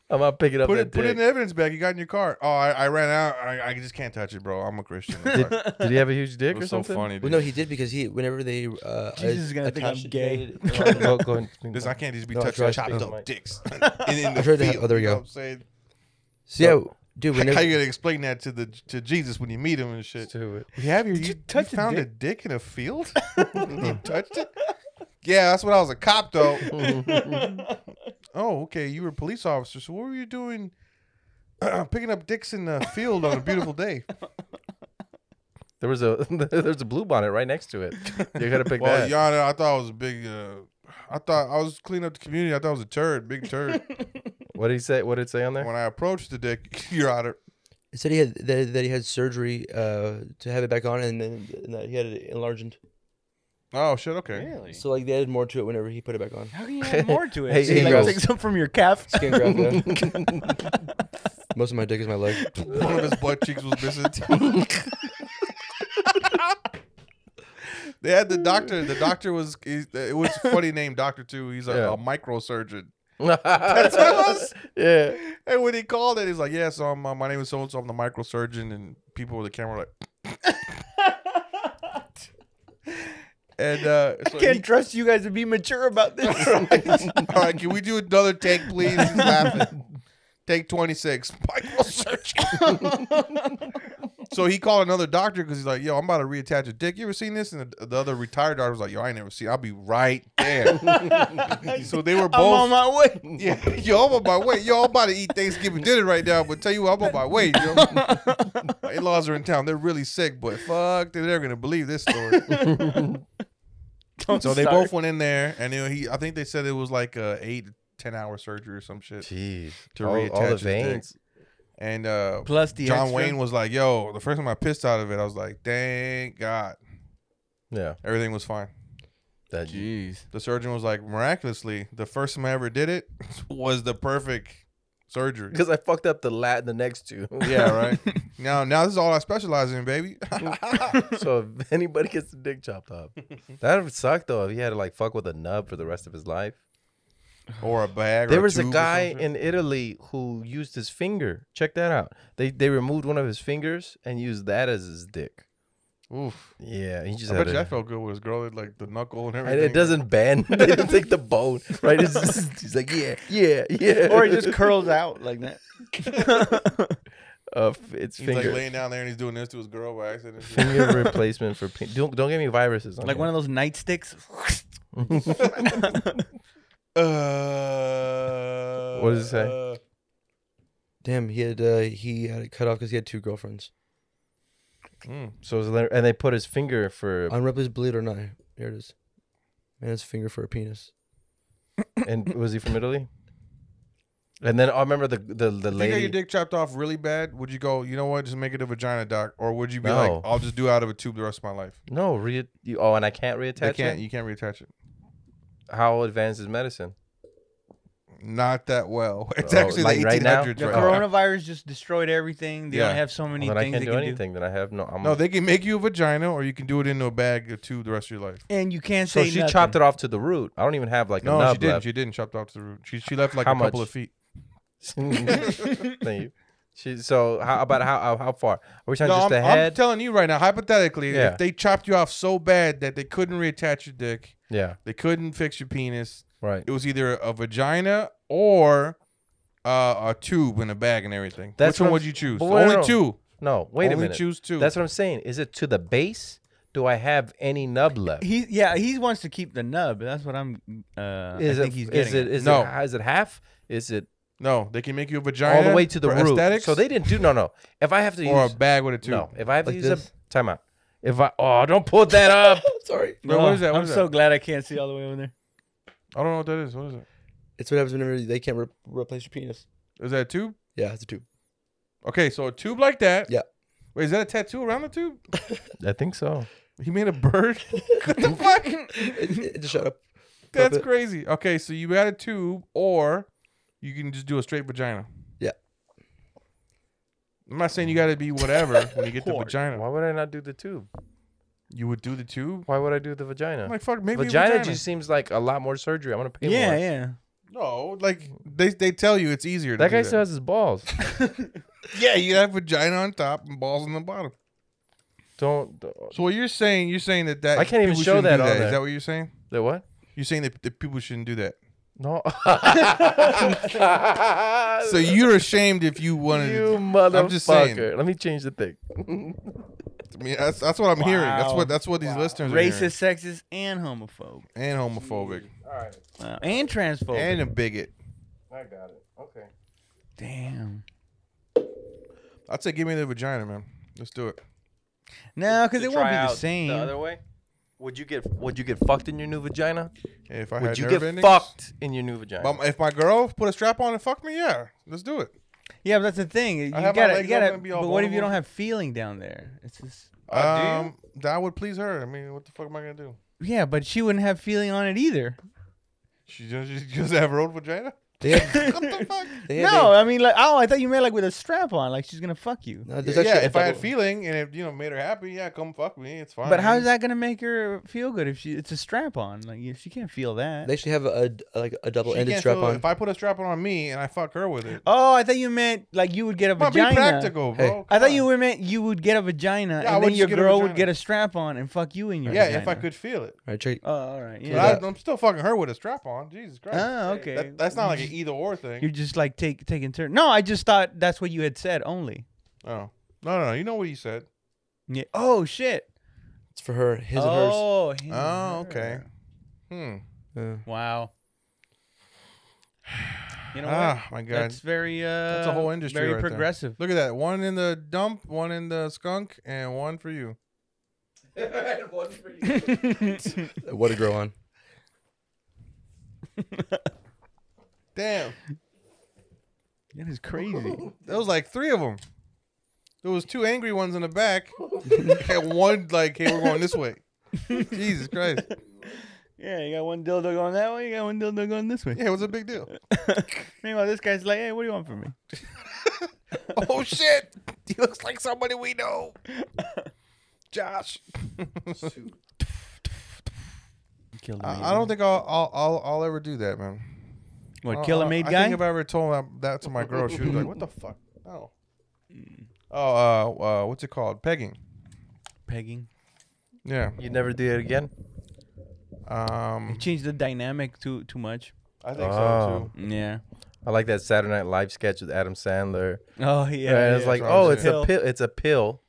Speaker 3: I'm gonna pick it up.
Speaker 5: put
Speaker 3: that
Speaker 5: it put it in the
Speaker 3: dick.
Speaker 5: evidence bag. You got in your car. Oh, I, I ran out. I, I just can't touch it, bro. I'm a
Speaker 3: (laughs)
Speaker 5: Christian. Fuck.
Speaker 3: Did, did he have a huge dick
Speaker 5: it
Speaker 3: or
Speaker 5: was so
Speaker 3: something?
Speaker 5: funny.
Speaker 6: Well,
Speaker 5: Dude.
Speaker 6: no, he did because he whenever they uh,
Speaker 4: Jesus is gonna think I'm
Speaker 5: (laughs)
Speaker 6: attached-
Speaker 4: gay.
Speaker 3: (laughs)
Speaker 5: Oh,
Speaker 3: Go- go and-
Speaker 5: Listen, I can't just be
Speaker 6: No,
Speaker 5: touching
Speaker 6: trust
Speaker 5: chopped
Speaker 6: me.
Speaker 5: up
Speaker 6: (laughs)
Speaker 5: dicks. in, in the
Speaker 6: I tried to have-
Speaker 5: field,
Speaker 6: oh, there we
Speaker 5: you know
Speaker 6: go.
Speaker 5: what I'm saying?
Speaker 6: So yeah, dude.
Speaker 5: How
Speaker 6: Whenever
Speaker 5: you gonna explain that to the to Jesus when you meet him and shit?
Speaker 3: Do it.
Speaker 5: We have your, you,
Speaker 4: you
Speaker 5: you
Speaker 4: touch a
Speaker 5: found a dick in a field? (laughs) you touched it? Yeah, that's when I was a cop though. oh, okay. You were a police officer. So what were you doing (clears throat) picking up dicks in the field on a beautiful day?
Speaker 3: There was a (laughs) there's a blue bonnet right next to it. You gotta
Speaker 5: (laughs)
Speaker 3: pick
Speaker 5: Well,
Speaker 3: that.
Speaker 5: Your Honor, I thought I was a big. Uh, I thought I was cleaning up the community. I thought I was a turd, big turd.
Speaker 3: What did he say? What did it say on there?
Speaker 5: when I approached the dick, (laughs) Your Honor,
Speaker 6: it said he had that, that he had surgery uh, to have it back on, and then and that he had it enlarged.
Speaker 5: oh shit, okay.
Speaker 4: Really?
Speaker 6: So like they added more to it whenever he put it back on.
Speaker 4: (laughs) How can you add more to it?
Speaker 3: Hey,
Speaker 4: So you,
Speaker 6: hey,
Speaker 4: like,
Speaker 6: Rose.
Speaker 4: take some from
Speaker 5: (laughs)
Speaker 4: your calf.
Speaker 6: Skin graft. Yeah.
Speaker 4: (laughs)
Speaker 6: Most of my dick is my leg.
Speaker 5: One of his butt cheeks was (laughs) missing. they had the doctor. The doctor was. He's, it was a funny name, doctor too. He's a,
Speaker 3: Yeah.
Speaker 5: a (laughs) microsurgeon.
Speaker 3: (laughs) That's
Speaker 5: what it was?
Speaker 3: (laughs) Yeah.
Speaker 5: And when he called it, he's like, "Yeah, so I'm, uh, my name is so and so. I'm the microsurgeon." And people with the camera were like. (laughs) And uh, so
Speaker 4: I
Speaker 5: he-
Speaker 4: can't trust you guys to be mature about this.
Speaker 5: All (laughs) right, can we do another take, please? He's (laughs) laughing. Take 26. Michael searching. So he called another doctor because he's like, "Yo, I'm about to reattach a dick. You ever seen this?" And the, the other retired doctor was like, "Yo, I ain't never seen. I'll be right there." so they were both.
Speaker 4: I'm on my way.
Speaker 5: yeah, (laughs) yo, I'm on my way. Yo, I'm about to eat Thanksgiving dinner right now, but tell you what, I'm on my way.
Speaker 4: (laughs)
Speaker 5: Yo. my in-laws are in town. They're really sick, but fuck, they're never gonna believe this
Speaker 4: (laughs)
Speaker 5: story.
Speaker 4: I'm
Speaker 5: so they
Speaker 4: sorry.
Speaker 5: both went in there, and then he, I think they said it was like a eight, ten hour surgery or some shit
Speaker 3: Jeez,
Speaker 5: to
Speaker 3: all,
Speaker 5: reattach
Speaker 3: all the
Speaker 5: his dick.
Speaker 3: veins.
Speaker 5: And uh,
Speaker 4: plus the
Speaker 5: John
Speaker 4: extra.
Speaker 5: Wayne was like, "Yo, the first time I pissed out of it, I was like, thank God,
Speaker 3: Yeah,
Speaker 5: everything was fine."
Speaker 3: that (laughs)
Speaker 8: Jeez.
Speaker 5: The surgeon was like, "Miraculously, the first time I ever did it (laughs) was the perfect surgery."
Speaker 3: because I fucked up the lat the next two. (laughs)
Speaker 5: Yeah, right. (laughs) now, now this is all I specialize in, baby. (laughs)
Speaker 3: so if anybody gets the dick chopped up, that would suck though. If he had to like fuck with a nub for the rest of his life.
Speaker 5: or a bag. or
Speaker 3: There was a
Speaker 5: tube or
Speaker 3: guy
Speaker 5: something.
Speaker 3: in Italy who used his finger. Check that out. They they removed one of his fingers and used that as his dick.
Speaker 5: Oof.
Speaker 3: Yeah, he just
Speaker 5: I
Speaker 3: had
Speaker 5: bet you
Speaker 3: a-
Speaker 5: that felt good with his girl, like the knuckle and everything.
Speaker 3: and it doesn't bend. (laughs) they didn't take the bone, right? It's just, he's like, yeah, yeah, yeah.
Speaker 4: or it just curls out
Speaker 5: (laughs)
Speaker 4: like that.
Speaker 3: (laughs) uh, f- it's
Speaker 5: He's
Speaker 3: finger
Speaker 5: like laying down there and he's doing this to his girl by
Speaker 3: (laughs)
Speaker 5: accident.
Speaker 3: finger replacement for pe- don't don't give me viruses. On
Speaker 4: Like one of those nightsticks. (laughs)
Speaker 5: uh,
Speaker 3: What does it say?
Speaker 5: uh,
Speaker 6: Damn, he had uh, he had it cut off because he had two girlfriends.
Speaker 5: mm.
Speaker 3: so it was there- and they put his finger for
Speaker 6: On Ripley's Believe It or Not. There it is. Man's finger for a penis.
Speaker 3: and was he from Italy? And then I remember the the the
Speaker 5: If you got
Speaker 3: lady.
Speaker 5: your dick chopped off really bad, would you go, you know what, just make it a vagina doc? Or would you be
Speaker 3: No.
Speaker 5: like, I'll just do out of a tube the rest of my life?
Speaker 3: no, re- you, oh, and I can't
Speaker 5: They
Speaker 3: reattach
Speaker 5: can't,
Speaker 3: it.
Speaker 5: you can't reattach it.
Speaker 3: How advanced is medicine?
Speaker 5: Not that well. (laughs) It's
Speaker 3: Oh,
Speaker 5: actually
Speaker 3: like
Speaker 5: the
Speaker 3: right now?
Speaker 5: 1800s right
Speaker 4: The
Speaker 5: now.
Speaker 4: coronavirus just destroyed everything. They
Speaker 5: Yeah.
Speaker 4: only have so many
Speaker 3: Oh, then I
Speaker 4: things
Speaker 3: can't
Speaker 4: they
Speaker 3: do
Speaker 4: can
Speaker 3: anything. Then I have no. I'm,
Speaker 5: No, they can make you a vagina or you can do it into a bag of tube the rest of your life.
Speaker 4: do. And you can't
Speaker 3: so
Speaker 4: say
Speaker 3: she
Speaker 4: nothing.
Speaker 3: chopped it off to the root. I don't even have like a
Speaker 5: No,
Speaker 3: nub
Speaker 5: she didn't.
Speaker 3: left.
Speaker 5: She didn't chop it off to the root. She, she left like
Speaker 3: How
Speaker 5: a couple
Speaker 3: much?
Speaker 5: of feet.
Speaker 3: (laughs) Thank you. She, so how about how how, how far? Are we talking
Speaker 5: No,
Speaker 3: just
Speaker 5: I'm,
Speaker 3: the
Speaker 5: I'm
Speaker 3: head?
Speaker 5: telling you right now, hypothetically,
Speaker 3: Yeah.
Speaker 5: if they chopped you off so bad that they couldn't reattach your dick,
Speaker 3: yeah,
Speaker 5: they couldn't fix your penis,
Speaker 3: right.
Speaker 5: it was either a vagina or uh, a tube in a bag and everything.
Speaker 3: That's
Speaker 5: Which one
Speaker 3: what
Speaker 5: would
Speaker 3: I'm-
Speaker 5: you choose?
Speaker 3: but wait,
Speaker 5: Only
Speaker 3: no, no.
Speaker 5: two.
Speaker 3: No, wait
Speaker 5: Only
Speaker 3: a minute.
Speaker 5: choose two.
Speaker 3: That's what I'm saying. Is it to the base? Do I have any nub left?
Speaker 4: He yeah, he wants to keep the nub. That's what I'm. Uh,
Speaker 3: is
Speaker 4: I
Speaker 3: it
Speaker 4: think he's getting.
Speaker 3: is it is
Speaker 5: No.
Speaker 3: it is it half? Is it
Speaker 5: no, they can make you a vagina
Speaker 3: all the way to the
Speaker 5: for
Speaker 3: root?
Speaker 5: aesthetics
Speaker 3: So they didn't do no no. If I have to
Speaker 5: or a
Speaker 3: use
Speaker 5: bag with a tube.
Speaker 3: no, if I have
Speaker 6: Like
Speaker 3: to use
Speaker 6: this?
Speaker 3: a time out. If I oh don't put
Speaker 6: (laughs)
Speaker 3: that up.
Speaker 6: Sorry.
Speaker 5: Bro, what is that? What
Speaker 4: I'm
Speaker 5: is
Speaker 4: so
Speaker 5: that?
Speaker 4: glad I can't see all the way over there.
Speaker 5: I don't know what that is. What is it?
Speaker 6: It's what happens whenever they can't re- replace your penis.
Speaker 5: Is that a tube?
Speaker 6: Yeah, it's a tube.
Speaker 5: Okay, so a tube like that.
Speaker 6: Yeah.
Speaker 5: Wait, is that a tattoo around the tube?
Speaker 3: I think so.
Speaker 5: He made a bird. (laughs) what the
Speaker 3: (laughs)
Speaker 5: fuck?
Speaker 6: It- it- just shut up.
Speaker 5: That's
Speaker 6: Puppet.
Speaker 5: crazy. Okay, so you got a tube, or you can just do a straight vagina.
Speaker 6: Yeah.
Speaker 5: I'm not saying you got to be (laughs) whatever when you get the vagina.
Speaker 3: Why would I not do the tube?
Speaker 5: You would do the tube.
Speaker 3: Why would I do the vagina?
Speaker 5: I'm like fuck, maybe a
Speaker 3: vagina,
Speaker 5: vagina.
Speaker 3: just seems like a lot more surgery. I'm gonna pay
Speaker 4: Yeah,
Speaker 3: more.
Speaker 4: yeah.
Speaker 5: No, like they they tell you it's easier.
Speaker 3: That
Speaker 5: to
Speaker 3: guy
Speaker 5: do
Speaker 3: still has his balls.
Speaker 5: yeah, you have vagina on top and balls on the bottom.
Speaker 3: Don't
Speaker 5: So what you're saying, you're saying that that
Speaker 3: I can't even
Speaker 5: people
Speaker 3: show
Speaker 5: shouldn't do
Speaker 3: that on
Speaker 5: that. Is
Speaker 3: there.
Speaker 5: that what you're saying?
Speaker 3: the what?
Speaker 5: You're saying that, that people shouldn't do that. (laughs)
Speaker 3: No. (laughs)
Speaker 5: So you're ashamed if you wanted.
Speaker 3: you
Speaker 5: to, I'm just saying.
Speaker 3: motherfucker. Let me change the (laughs) thing.
Speaker 5: I mean, that's that's what I'm hearing. That's
Speaker 4: Wow.
Speaker 5: what that's what these listeners are hearing.
Speaker 4: Racist, sexist, and homophobe,
Speaker 5: and homophobic
Speaker 4: wow. and
Speaker 3: Oh.
Speaker 4: transphobic.
Speaker 5: and a bigot.
Speaker 4: Damn.
Speaker 5: I'd say give me the vagina, man. Let's do it.
Speaker 4: No, because it won't be the same.
Speaker 3: The other way. Would you get Would you get fucked in your new vagina?
Speaker 5: If I
Speaker 3: Would
Speaker 5: had
Speaker 3: you
Speaker 5: nerve
Speaker 3: get
Speaker 5: endings-
Speaker 3: fucked in your new vagina?
Speaker 5: But if my girl put a strap on and fuck me, yeah, let's do it.
Speaker 4: yeah, but that's the thing. You
Speaker 5: have my
Speaker 4: gotta, you
Speaker 5: legs up
Speaker 4: gotta.
Speaker 5: and be all
Speaker 4: But what if you
Speaker 5: vulnerable.
Speaker 4: don't have feeling down there? It's just.
Speaker 3: Uh, do
Speaker 5: um, that would please her. I mean, what the fuck am I gonna do?
Speaker 4: Yeah, but she wouldn't have feeling on it either.
Speaker 5: She just, she (laughs) just have her own vagina.
Speaker 6: They
Speaker 4: (laughs)
Speaker 6: had,
Speaker 5: What (laughs) the fuck?
Speaker 6: they had
Speaker 4: No, I mean, like, oh, I thought you meant like with a strap on, like she's gonna fuck you.
Speaker 6: no, there's
Speaker 5: yeah,
Speaker 6: actually a
Speaker 5: if I had
Speaker 6: double-
Speaker 5: feeling and it you know made her happy, yeah, come fuck me. It's fine.
Speaker 4: But how is that gonna make her feel good if she it's a strap on? Like, if she can't feel that.
Speaker 6: They actually have a, a like a
Speaker 5: She
Speaker 6: double ended
Speaker 5: can't
Speaker 6: strap
Speaker 5: feel it.
Speaker 6: on.
Speaker 5: If I put a strap on on me and I fuck her with it,
Speaker 4: Oh, I thought you meant like you would get a
Speaker 5: Come on, be
Speaker 4: vagina.
Speaker 5: practical, bro.
Speaker 6: Hey.
Speaker 5: Come
Speaker 4: I thought
Speaker 5: on.
Speaker 4: you meant you would get a vagina,
Speaker 5: Yeah, I
Speaker 4: and
Speaker 5: would
Speaker 4: then
Speaker 5: just
Speaker 4: your
Speaker 5: get a
Speaker 4: girl would
Speaker 5: vagina.
Speaker 4: get a strap on and fuck you in your.
Speaker 5: Yeah,
Speaker 4: vagina.
Speaker 5: if I could feel it.
Speaker 6: All right, check.
Speaker 4: Oh, all right.
Speaker 5: But
Speaker 4: Yeah.
Speaker 5: I, I'm still fucking her with a strap on. Jesus Christ.
Speaker 4: Oh, okay.
Speaker 5: That- that's not
Speaker 4: You
Speaker 5: like an
Speaker 4: just-
Speaker 5: either or thing.
Speaker 4: You're just like take taking turn. No, I just thought that's what you had said only.
Speaker 5: Oh. No, no, no. You know what he said.
Speaker 4: Yeah. Oh shit.
Speaker 6: It's for her, his and hers.
Speaker 4: oh. him
Speaker 5: Oh,
Speaker 4: and
Speaker 5: okay.
Speaker 4: her.
Speaker 5: Hmm.
Speaker 6: Yeah.
Speaker 4: Wow. You know what?
Speaker 5: ah, my God.
Speaker 4: That's very uh. That's
Speaker 5: a whole industry
Speaker 4: Very
Speaker 5: right there.
Speaker 4: progressive.
Speaker 5: Look at that. One in the dump, one in the skunk, and one for you. Oh.
Speaker 6: What to grow on.
Speaker 5: Damn.
Speaker 4: That is
Speaker 5: (laughs)
Speaker 4: crazy.
Speaker 5: There was like three of them. There was two angry ones in the
Speaker 6: (laughs)
Speaker 5: back, and one like, "Hey, we're going this way." Jesus Christ!
Speaker 4: yeah, you got one dildo going that way. You got one dildo going this way.
Speaker 5: Yeah, what's a big deal?
Speaker 4: Meanwhile, this guy's like, "Hey, what do you want from me?"
Speaker 5: Uh, Oh shit! He looks like somebody we
Speaker 6: (laughs)
Speaker 5: know. Josh.
Speaker 4: Kill the maid.
Speaker 5: I, I don't think I'll, I'll I'll I'll ever do that, man.
Speaker 4: What
Speaker 5: I-
Speaker 4: kill
Speaker 5: I-
Speaker 4: a maid
Speaker 5: Oh, I
Speaker 4: guy?
Speaker 5: think if I ever told that, that to my girl, she was like, "What the fuck?" Oh.
Speaker 3: Mm.
Speaker 5: Oh, uh, uh, what's it called? Pegging.
Speaker 4: Pegging.
Speaker 5: Yeah.
Speaker 3: You never do it again. (laughs)
Speaker 5: Um,
Speaker 4: Change the dynamic too too much.
Speaker 5: I think
Speaker 3: Oh.
Speaker 5: so too.
Speaker 4: Yeah.
Speaker 3: I like that Saturday Night Live sketch with Adam Sandler.
Speaker 4: Oh yeah.
Speaker 3: Yeah, it's
Speaker 5: yeah,
Speaker 3: like,
Speaker 5: that's what I
Speaker 3: oh,
Speaker 5: was
Speaker 3: it's a pill. It's a pill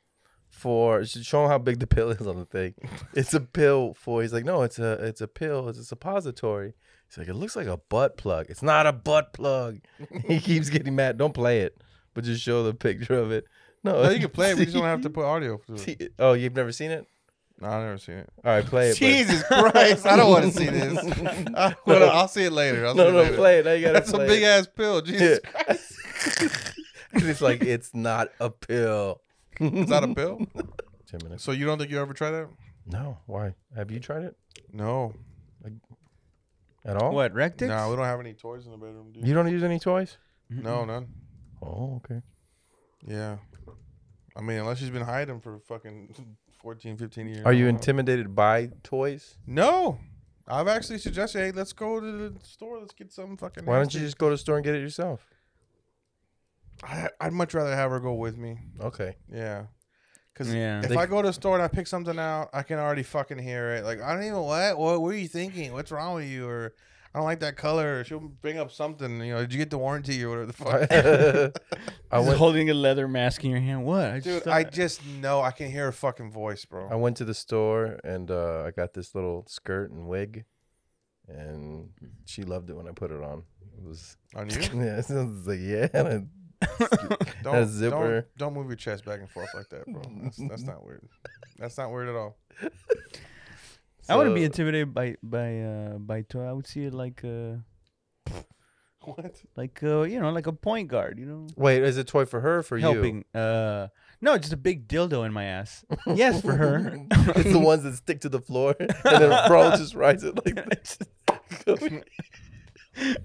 Speaker 3: for. sh- Show him how big the pill is on the
Speaker 5: (laughs)
Speaker 3: thing. It's a pill for. He's like, no, it's a, it's a pill. It's a suppository. He's like, it looks like a butt plug. It's not a butt plug. (laughs) he keeps getting mad. Don't play it, but just show the picture of it. No,
Speaker 5: No, you can play it. We just don't have to put audio. To it.
Speaker 3: (laughs) See it. Oh, you've never seen it?
Speaker 5: No, I've never seen it.
Speaker 3: All right, play it. but-
Speaker 5: Jesus Christ! I don't want to see this. I wanna, I'll see it later. I'll see
Speaker 3: (laughs) No,
Speaker 5: it
Speaker 3: no,
Speaker 5: later.
Speaker 3: play it. Now you gotta
Speaker 5: That's
Speaker 3: play
Speaker 5: a big
Speaker 3: it.
Speaker 5: ass pill. Jesus
Speaker 3: (laughs) Yeah.
Speaker 5: Christ!
Speaker 3: (laughs) it's like it's not a pill.
Speaker 5: Is that a pill?
Speaker 3: Ten minutes.
Speaker 5: So you don't think you ever try that?
Speaker 3: No, why? Have you tried it
Speaker 5: No.
Speaker 3: at all?
Speaker 4: what rectics?
Speaker 5: No, oh, we don't have any toys in the bedroom, dude.
Speaker 3: You don't use any toys?
Speaker 5: No, none.
Speaker 3: Oh, okay.
Speaker 5: Yeah. I mean, unless she's been hiding for fucking (laughs) 14, 15 years.
Speaker 4: Uh,
Speaker 3: Are you intimidated by toys?
Speaker 5: No. I've actually suggested, hey, let's go to the store. Let's get some fucking.
Speaker 3: Why don't
Speaker 5: nasty-
Speaker 3: you just go to the store and get it yourself?
Speaker 5: I, I'd much rather have her go with me.
Speaker 4: (laughs)
Speaker 3: Okay.
Speaker 5: Yeah. Because
Speaker 4: Yeah.
Speaker 5: if
Speaker 3: They-
Speaker 5: I go to the store and I pick something out, I can already fucking hear it. Like, I don't even what? What were you thinking? What's wrong with you? Or I don't like that color. Or she'll bring up something. You know, did you get the warranty or whatever
Speaker 3: (laughs)
Speaker 5: the fuck?
Speaker 3: I
Speaker 4: Just
Speaker 3: went
Speaker 4: holding a leather mask in your hand. What? I
Speaker 5: Dude,
Speaker 4: thought-
Speaker 5: I just know I can hear her fucking voice, bro.
Speaker 3: I went to the store and uh, I got this little skirt and wig and she loved it when I put it on. It was
Speaker 5: On you?
Speaker 3: (laughs) yeah, it was like yeah. and a
Speaker 5: Don't,
Speaker 3: zipper.
Speaker 5: Don't, don't move your chest back and forth like that, bro. That's, that's not weird. That's not weird at
Speaker 3: (laughs)
Speaker 5: all.
Speaker 4: I wouldn't
Speaker 5: uh,
Speaker 4: be
Speaker 3: so-
Speaker 4: intimidated by by uh by toy. I would see it like uh
Speaker 5: What?
Speaker 4: like uh you know like a point guard. You know.
Speaker 3: Wait, is it toy for her or for you?
Speaker 4: helping. Uh, no, just a big dildo in my
Speaker 5: (laughs)
Speaker 4: ass. yes, for her.
Speaker 3: (laughs) it's the ones that stick to the floor (laughs) and then a bro just rides it
Speaker 4: (laughs)
Speaker 3: like this.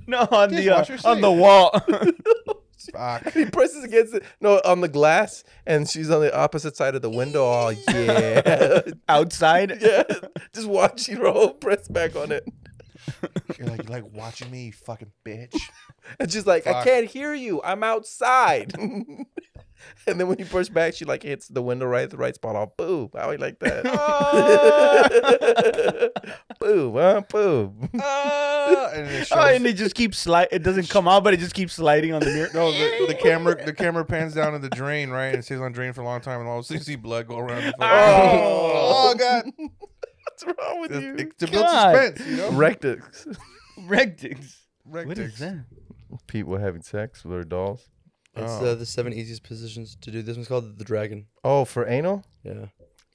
Speaker 4: no, on
Speaker 5: Just
Speaker 4: the
Speaker 5: wash your
Speaker 4: uh, on the
Speaker 5: sink. (laughs)
Speaker 4: wall.
Speaker 5: Fuck.
Speaker 3: (laughs) he presses against it no on the glass and she's on the opposite side of the window. Oh yeah. (laughs)
Speaker 4: Outside.
Speaker 3: yeah. Just watching her whole press back on it.
Speaker 5: You're like, you like watching me, you fucking bitch.
Speaker 3: And she's like, I
Speaker 5: Fuck.
Speaker 3: can't hear you. I'm outside. (laughs) and then when you push back, she like hits the window right at the right spot. Oh, boom. How you
Speaker 5: (laughs)
Speaker 3: like that? (laughs) boom, huh? Boom.
Speaker 5: Ah, and
Speaker 3: (laughs)
Speaker 5: it
Speaker 4: Oh,
Speaker 5: shows,
Speaker 4: and it just keeps slide. It doesn't come out, but it just keeps sliding on the mirror.
Speaker 5: no, the, the camera the camera pans down to the drain, right? And it stays on drain for a long time, and all of a sudden you see blood go around. The
Speaker 3: Oh.
Speaker 5: oh, God!
Speaker 3: What's wrong with you?
Speaker 5: It, it, to build
Speaker 4: God.
Speaker 5: suspense, you know.
Speaker 3: Rectix.
Speaker 4: (laughs) Rectics.
Speaker 5: Rectics.
Speaker 4: What is that?
Speaker 3: People having sex with their dolls.
Speaker 6: It's
Speaker 5: Oh.
Speaker 6: uh, the seven easiest positions to do. This one's called the dragon.
Speaker 3: Oh, for anal?
Speaker 6: Yeah.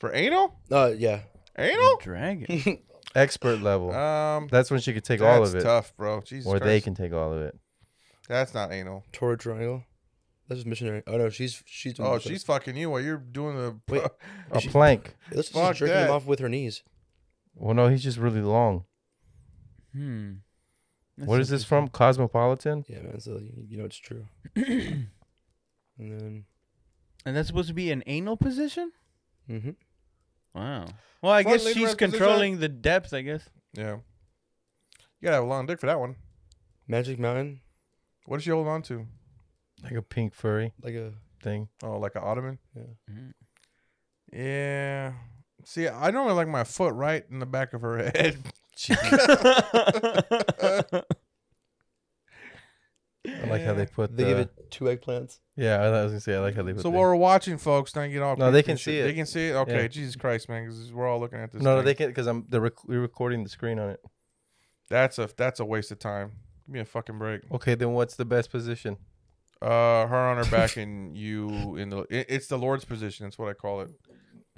Speaker 5: for anal?
Speaker 6: Uh, yeah.
Speaker 4: Oh.
Speaker 5: Anal?
Speaker 4: Dragon.
Speaker 3: Expert level.
Speaker 5: Um,
Speaker 3: That's when she could take
Speaker 5: that's
Speaker 3: all of it.
Speaker 5: tough, bro. Jesus
Speaker 3: Or
Speaker 5: Christ.
Speaker 3: they can take all of it.
Speaker 5: That's not anal.
Speaker 6: Torah triangle. That's just missionary. Oh no, she's she's. doing
Speaker 5: Oh,
Speaker 6: this.
Speaker 5: she's fucking you while you're doing the.
Speaker 6: Wait.
Speaker 3: A
Speaker 6: She-
Speaker 3: plank.
Speaker 6: Let's just
Speaker 5: fuck
Speaker 6: jerking
Speaker 5: that.
Speaker 6: him off with her knees.
Speaker 3: Well, no, he's just really long.
Speaker 4: (laughs) Hmm. That's
Speaker 3: what is this from? Cosmopolitan?
Speaker 6: Yeah, man. So you, you know
Speaker 5: (clears throat)
Speaker 6: it's true. and then.
Speaker 4: And that's supposed to be an anal position?
Speaker 6: Mm-hmm.
Speaker 4: Wow. Well, I
Speaker 5: Front
Speaker 4: guess
Speaker 5: lever
Speaker 4: she's
Speaker 5: up position.
Speaker 4: controlling the depth. I guess.
Speaker 5: (laughs) Yeah. You gotta have a long dick for that one.
Speaker 6: Magic Mountain,
Speaker 5: What does she hold on to?
Speaker 3: Like a pink furry
Speaker 6: like a
Speaker 3: thing.
Speaker 5: Oh, like an ottoman? Mm-hmm.
Speaker 4: Mhm.
Speaker 5: Yeah. See, I normally like my foot right in the back of her (laughs) head.
Speaker 3: She-
Speaker 5: I'm
Speaker 3: like how they put.
Speaker 6: They give
Speaker 3: the-
Speaker 6: it two eggplants.
Speaker 3: Yeah, I was gonna say I like how they put.
Speaker 5: So
Speaker 3: the-
Speaker 5: while we're watching, folks, don't get all.
Speaker 3: No, they
Speaker 5: creeped
Speaker 3: can
Speaker 5: and
Speaker 3: see
Speaker 5: shit.
Speaker 3: it.
Speaker 5: They can see it. Okay,
Speaker 3: Yeah.
Speaker 5: Jesus Christ, man, because we're all looking at this.
Speaker 3: no, no,
Speaker 5: thing.
Speaker 3: they can't because I'm they're rec- we're recording the screen on it.
Speaker 5: That's a that's a waste of time. Give me a fucking break.
Speaker 3: Okay, then what's the best position?
Speaker 5: Uh, her on her back
Speaker 3: (laughs)
Speaker 5: and you in the. It, it's the Lord's position. That's what I call it.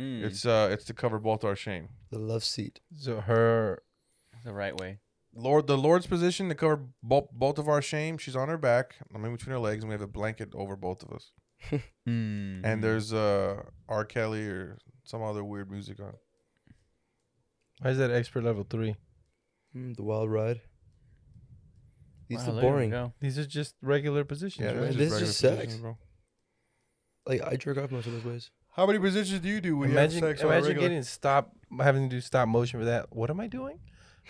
Speaker 4: Mm,
Speaker 5: It's uh, it's to cover both our shame.
Speaker 6: The love seat.
Speaker 3: So her
Speaker 4: the right way.
Speaker 5: Lord, the Lord's position to cover both both of our shame. She's on her back. I'm in between her legs, and we have a blanket over both of us.
Speaker 4: Hmm.
Speaker 3: Mm.
Speaker 5: And there's uh R. Kelly or some other weird music on.
Speaker 3: why is that expert level three?
Speaker 6: Mm, the wild ride. These
Speaker 4: Wow,
Speaker 6: are
Speaker 4: there we
Speaker 6: boring.
Speaker 4: go.
Speaker 3: These are just regular positions.
Speaker 5: Yeah,
Speaker 3: right?
Speaker 6: man,
Speaker 5: that's
Speaker 6: this is
Speaker 5: regular
Speaker 6: just sex.
Speaker 5: position, bro.
Speaker 6: Like I jerk off most of those ways.
Speaker 5: How many positions do you do when
Speaker 3: imagine
Speaker 5: you have sex? on a
Speaker 3: imagine
Speaker 5: regular-
Speaker 3: getting stop having to do stop motion for that. What am I doing?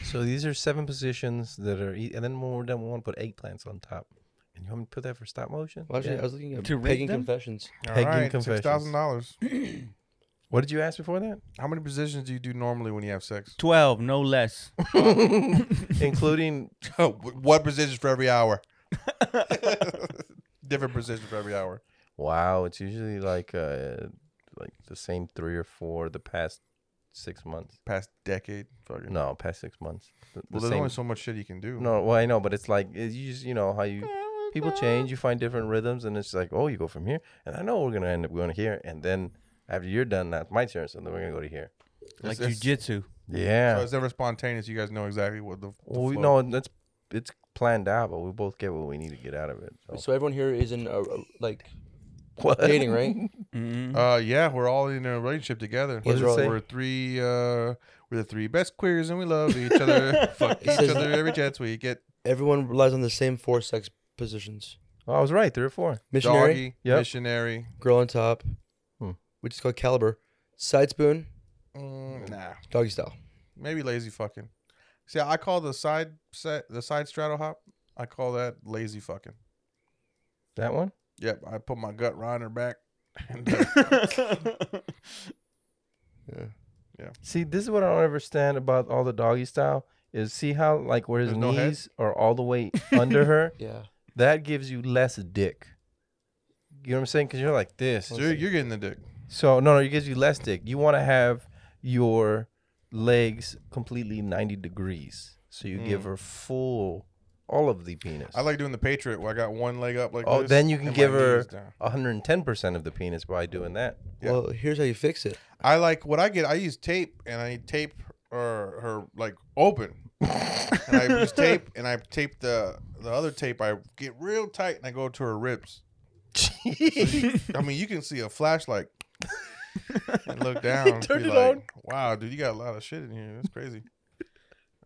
Speaker 3: So these are seven positions that are, e- and then when we're done, we want to put eggplants on top. And you want me to put that for stop motion?
Speaker 6: Well, actually,
Speaker 3: Yeah.
Speaker 6: I was looking at
Speaker 4: To rate
Speaker 6: Pagan
Speaker 4: them?
Speaker 6: Confessions.
Speaker 5: All
Speaker 3: Pegging
Speaker 5: right, six
Speaker 3: confessions.
Speaker 5: thousand dollars.
Speaker 3: What did you ask
Speaker 5: (laughs)
Speaker 3: before that?
Speaker 5: How many positions do you do normally when you have (laughs) sex?
Speaker 4: twelve, no (laughs) less.
Speaker 3: Including
Speaker 5: Oh, One position for every (laughs) hour. Different position for every hour.
Speaker 3: wow, it's usually like uh like the same three or four the past six months.
Speaker 5: Past decade, fucking.
Speaker 3: No, past six months. The, the
Speaker 5: Well, there's
Speaker 3: same-
Speaker 5: only so much shit you can do.
Speaker 3: No, well, I know, but it's like it's, you just you know how you people change, you find different rhythms, and it's like oh, you go from here, and I know we're gonna end up going here, and then after you're done, that's my turn, so then we're gonna go to here.
Speaker 4: like
Speaker 5: it's-
Speaker 4: jujitsu. (laughs)
Speaker 5: So
Speaker 3: Yeah,
Speaker 5: it's never spontaneous. You guys know exactly what the. the
Speaker 3: well, we
Speaker 5: flow-
Speaker 3: know that's it's planned out, but we both get what we need to get out of it. So.
Speaker 6: So everyone here is in a, a- like
Speaker 3: What?
Speaker 6: dating,
Speaker 3: (laughs)
Speaker 6: right?
Speaker 4: Mm-hmm.
Speaker 5: Uh, yeah, we're all in a relationship together.
Speaker 3: What does it
Speaker 5: we're,
Speaker 3: say?
Speaker 5: we're three. Uh, we're the three best queers, and we love each
Speaker 3: (laughs)
Speaker 5: other. Fuck each
Speaker 6: says-
Speaker 5: other every chance we get.
Speaker 6: Everyone relies on the same four sex positions:
Speaker 3: Oh, I was right, three or four.
Speaker 6: missionary,
Speaker 5: Doggy,
Speaker 3: Yep.
Speaker 5: missionary.
Speaker 6: girl on top,
Speaker 3: Hmm.
Speaker 6: which is called caliber, side spoon,
Speaker 5: Mm, nah,
Speaker 6: doggy style.
Speaker 5: maybe lazy fucking. See, I call the side set the side straddle hop. I call that lazy fucking.
Speaker 3: That one.
Speaker 5: Yep, I put my gut right on her back. (laughs) And, uh,
Speaker 3: (laughs)
Speaker 6: Yeah.
Speaker 3: See, this is what I don't understand about all the doggy style is see how like where his
Speaker 5: There's no head?
Speaker 3: knees are all the way
Speaker 5: (laughs)
Speaker 3: under her.
Speaker 6: Yeah.
Speaker 3: That gives you less dick. You know what I'm saying? Because you're like this.
Speaker 5: so you're, you're getting the dick.
Speaker 3: So no, no, it gives you less dick. You want to have your legs completely 90 degrees, so you give her full, all of the penis.
Speaker 5: Mm. I like doing the Patriot where I got one leg up like
Speaker 3: Oh,
Speaker 5: this
Speaker 3: then you can
Speaker 5: and my
Speaker 3: give her-
Speaker 5: knees down.
Speaker 3: 110% of the penis by doing that.
Speaker 5: Yeah.
Speaker 6: Well, here's how you fix it.
Speaker 5: I like what I get. I use tape and I tape her her like open, and I
Speaker 3: (laughs)
Speaker 5: use tape and I tape the the other tape. I get real tight and I go to her ribs. I mean, you can see a flashlight and
Speaker 3: (laughs)
Speaker 5: look down. and
Speaker 3: Turn
Speaker 5: be
Speaker 3: it
Speaker 5: like, Wow, dude, you got a lot of shit in here. That's crazy.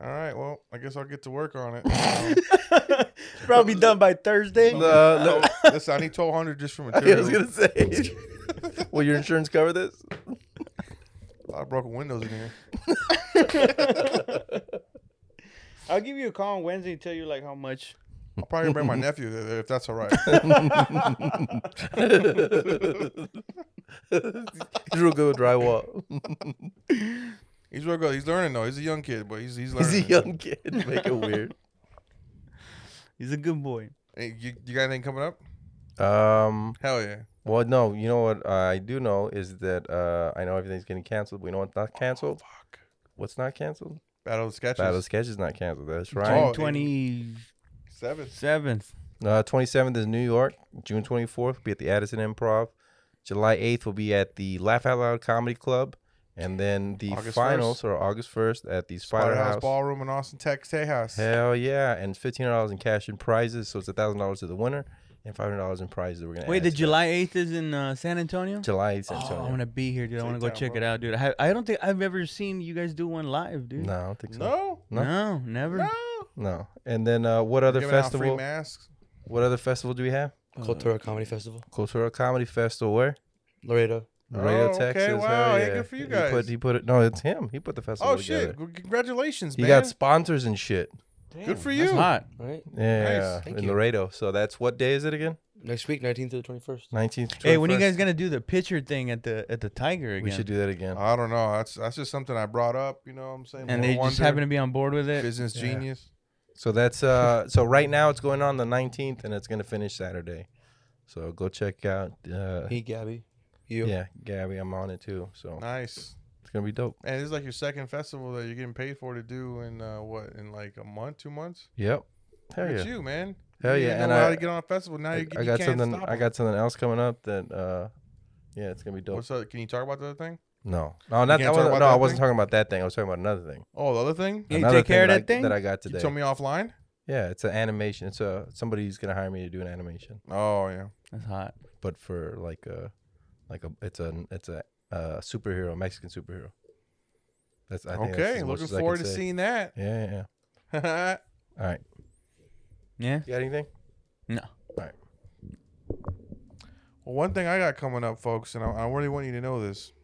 Speaker 5: All right, well, I guess I'll get to work on
Speaker 3: (laughs)
Speaker 5: it.
Speaker 4: Probably done by Thursday. (laughs)
Speaker 3: (laughs) No,
Speaker 5: Um, Listen, I need twelve hundred just for
Speaker 3: (laughs) I
Speaker 5: materials.
Speaker 3: was gonna say. (laughs) Will your insurance cover this? (laughs)
Speaker 5: A lot of broken windows in here.
Speaker 4: I'll give you a call on Wednesday and tell you like how much.
Speaker 5: I'll
Speaker 3: (laughs)
Speaker 5: probably bring my nephew there, there if that's all right.
Speaker 3: He's real good with drywall. (laughs)
Speaker 5: He's real good. He's learning though. He's a young kid, but he's he's learning.
Speaker 3: He's a young kid. Make it weird.
Speaker 4: He's a good boy.
Speaker 5: Hey, you, you got anything coming up?
Speaker 3: Um.
Speaker 5: Hell yeah.
Speaker 3: Well, no. You know what I do know is that uh, I know everything's getting canceled. We know it's not canceled.
Speaker 5: Fuck.
Speaker 3: What's not canceled?
Speaker 5: Battle of the Sketches.
Speaker 3: Battle Sketch is not canceled. That's
Speaker 5: Oh,
Speaker 3: right.
Speaker 5: it-
Speaker 4: Twenty
Speaker 5: Seven.
Speaker 4: seventh.
Speaker 3: Uh, 27th is New York. June 24th will be at the Addison Improv. July 8th will be at the Laugh Out Loud Comedy Club. And then the
Speaker 5: August
Speaker 3: finals are August 1st at the Spider,
Speaker 5: Spider House
Speaker 3: House.
Speaker 5: Ballroom in Austin, Texas. Hey, house.
Speaker 3: Hell yeah. And $15 in cash and prizes. So it's $1,000 to the winner and $500 in prizes. that We're gonna
Speaker 4: Wait,
Speaker 3: add
Speaker 4: the
Speaker 3: to it.
Speaker 4: July eighth is in uh, San Antonio.
Speaker 3: July 8th.
Speaker 4: Oh, I want to be here, dude. I
Speaker 5: Take
Speaker 4: want to go
Speaker 5: time,
Speaker 4: check
Speaker 5: bro.
Speaker 4: it out, dude. I, I don't think I've ever seen you guys do one live, dude.
Speaker 3: No, I don't think so.
Speaker 5: No.
Speaker 3: no.
Speaker 4: No, never.
Speaker 5: No.
Speaker 3: No. And then uh, what other
Speaker 5: Giving out free
Speaker 3: festival?
Speaker 5: masks.
Speaker 3: What other festival do we have?
Speaker 6: Cultura Comedy Festival,
Speaker 3: Cultural Comedy Festival. Where?
Speaker 6: Laredo.
Speaker 3: Radio
Speaker 5: Oh, okay,
Speaker 3: Texas. hell
Speaker 5: wow, hey,
Speaker 3: yeah.
Speaker 5: good for you
Speaker 3: He put,
Speaker 5: guys.
Speaker 3: he put it. No, it's him. He put the festival
Speaker 5: Oh
Speaker 3: together.
Speaker 5: shit! G- Congratulations,
Speaker 3: He
Speaker 5: man.
Speaker 3: got sponsors and shit.
Speaker 5: Good for
Speaker 4: That's
Speaker 5: you.
Speaker 4: hot.
Speaker 6: Right.
Speaker 3: Yeah,
Speaker 6: Thank
Speaker 3: in
Speaker 6: you.
Speaker 3: Laredo. So that's what day is it again?
Speaker 6: Next week, 19th to the 21st.
Speaker 3: Nineteenth.
Speaker 4: Hey, when you guys gonna do the picture thing at the at the Tiger again?
Speaker 3: We should do that again.
Speaker 5: I don't know. That's that's just something I brought up. You know what I'm saying?
Speaker 4: and
Speaker 5: More
Speaker 4: they just
Speaker 5: wonder,
Speaker 4: happen to be on board with it.
Speaker 5: business genius.
Speaker 3: So that's uh so right now it's going on the 19th and it's going to finish Saturday. So go check out uh
Speaker 6: Hey, Gabby. You.
Speaker 3: yeah, Gabby, I'm on it too. So
Speaker 5: Nice.
Speaker 3: it's going to be dope.
Speaker 5: And this is like your second festival that you're getting paid for to do in uh, what in like a month, two months.
Speaker 3: Yep. Hell
Speaker 5: Look
Speaker 3: yeah.
Speaker 5: at you, man.
Speaker 3: Hell
Speaker 5: you
Speaker 3: yeah.
Speaker 5: didn't
Speaker 3: And
Speaker 5: know how
Speaker 3: I,
Speaker 5: to get on a festival. Now
Speaker 3: I,
Speaker 5: you,
Speaker 3: I
Speaker 5: you
Speaker 3: got
Speaker 5: can't
Speaker 3: something
Speaker 5: stop
Speaker 3: I
Speaker 5: 'em.
Speaker 3: got something else coming up that uh yeah, it's going to be dope.
Speaker 5: What's up? Can you talk about the other thing?
Speaker 3: no. No, not
Speaker 5: can't
Speaker 3: I
Speaker 5: talk
Speaker 3: wasn't,
Speaker 5: about
Speaker 3: no, I
Speaker 5: that
Speaker 3: wasn't
Speaker 5: thing?
Speaker 3: talking about that thing. I was talking about another thing.
Speaker 5: Oh, the other thing.
Speaker 4: Yeah, you
Speaker 3: another
Speaker 4: take care of
Speaker 3: I-
Speaker 4: that thing?
Speaker 3: that I got
Speaker 5: You
Speaker 3: today.
Speaker 5: told me offline.
Speaker 3: Yeah, it's an animation. It's a somebody's gonna hire me to do an animation,
Speaker 5: Oh yeah.
Speaker 4: That's hot.
Speaker 3: but for like a, like a, it's a, it's a, uh superhero, Mexican superhero. That's I think that's
Speaker 5: okay.
Speaker 3: as much
Speaker 5: Looking
Speaker 3: as I can
Speaker 5: forward to
Speaker 3: say.
Speaker 5: seeing that. (laughs)
Speaker 3: Yeah, yeah, yeah. All right.
Speaker 4: Yeah.
Speaker 3: You got anything?
Speaker 4: No.
Speaker 5: Well, one thing I got coming up, folks, and I, I really want you to know this.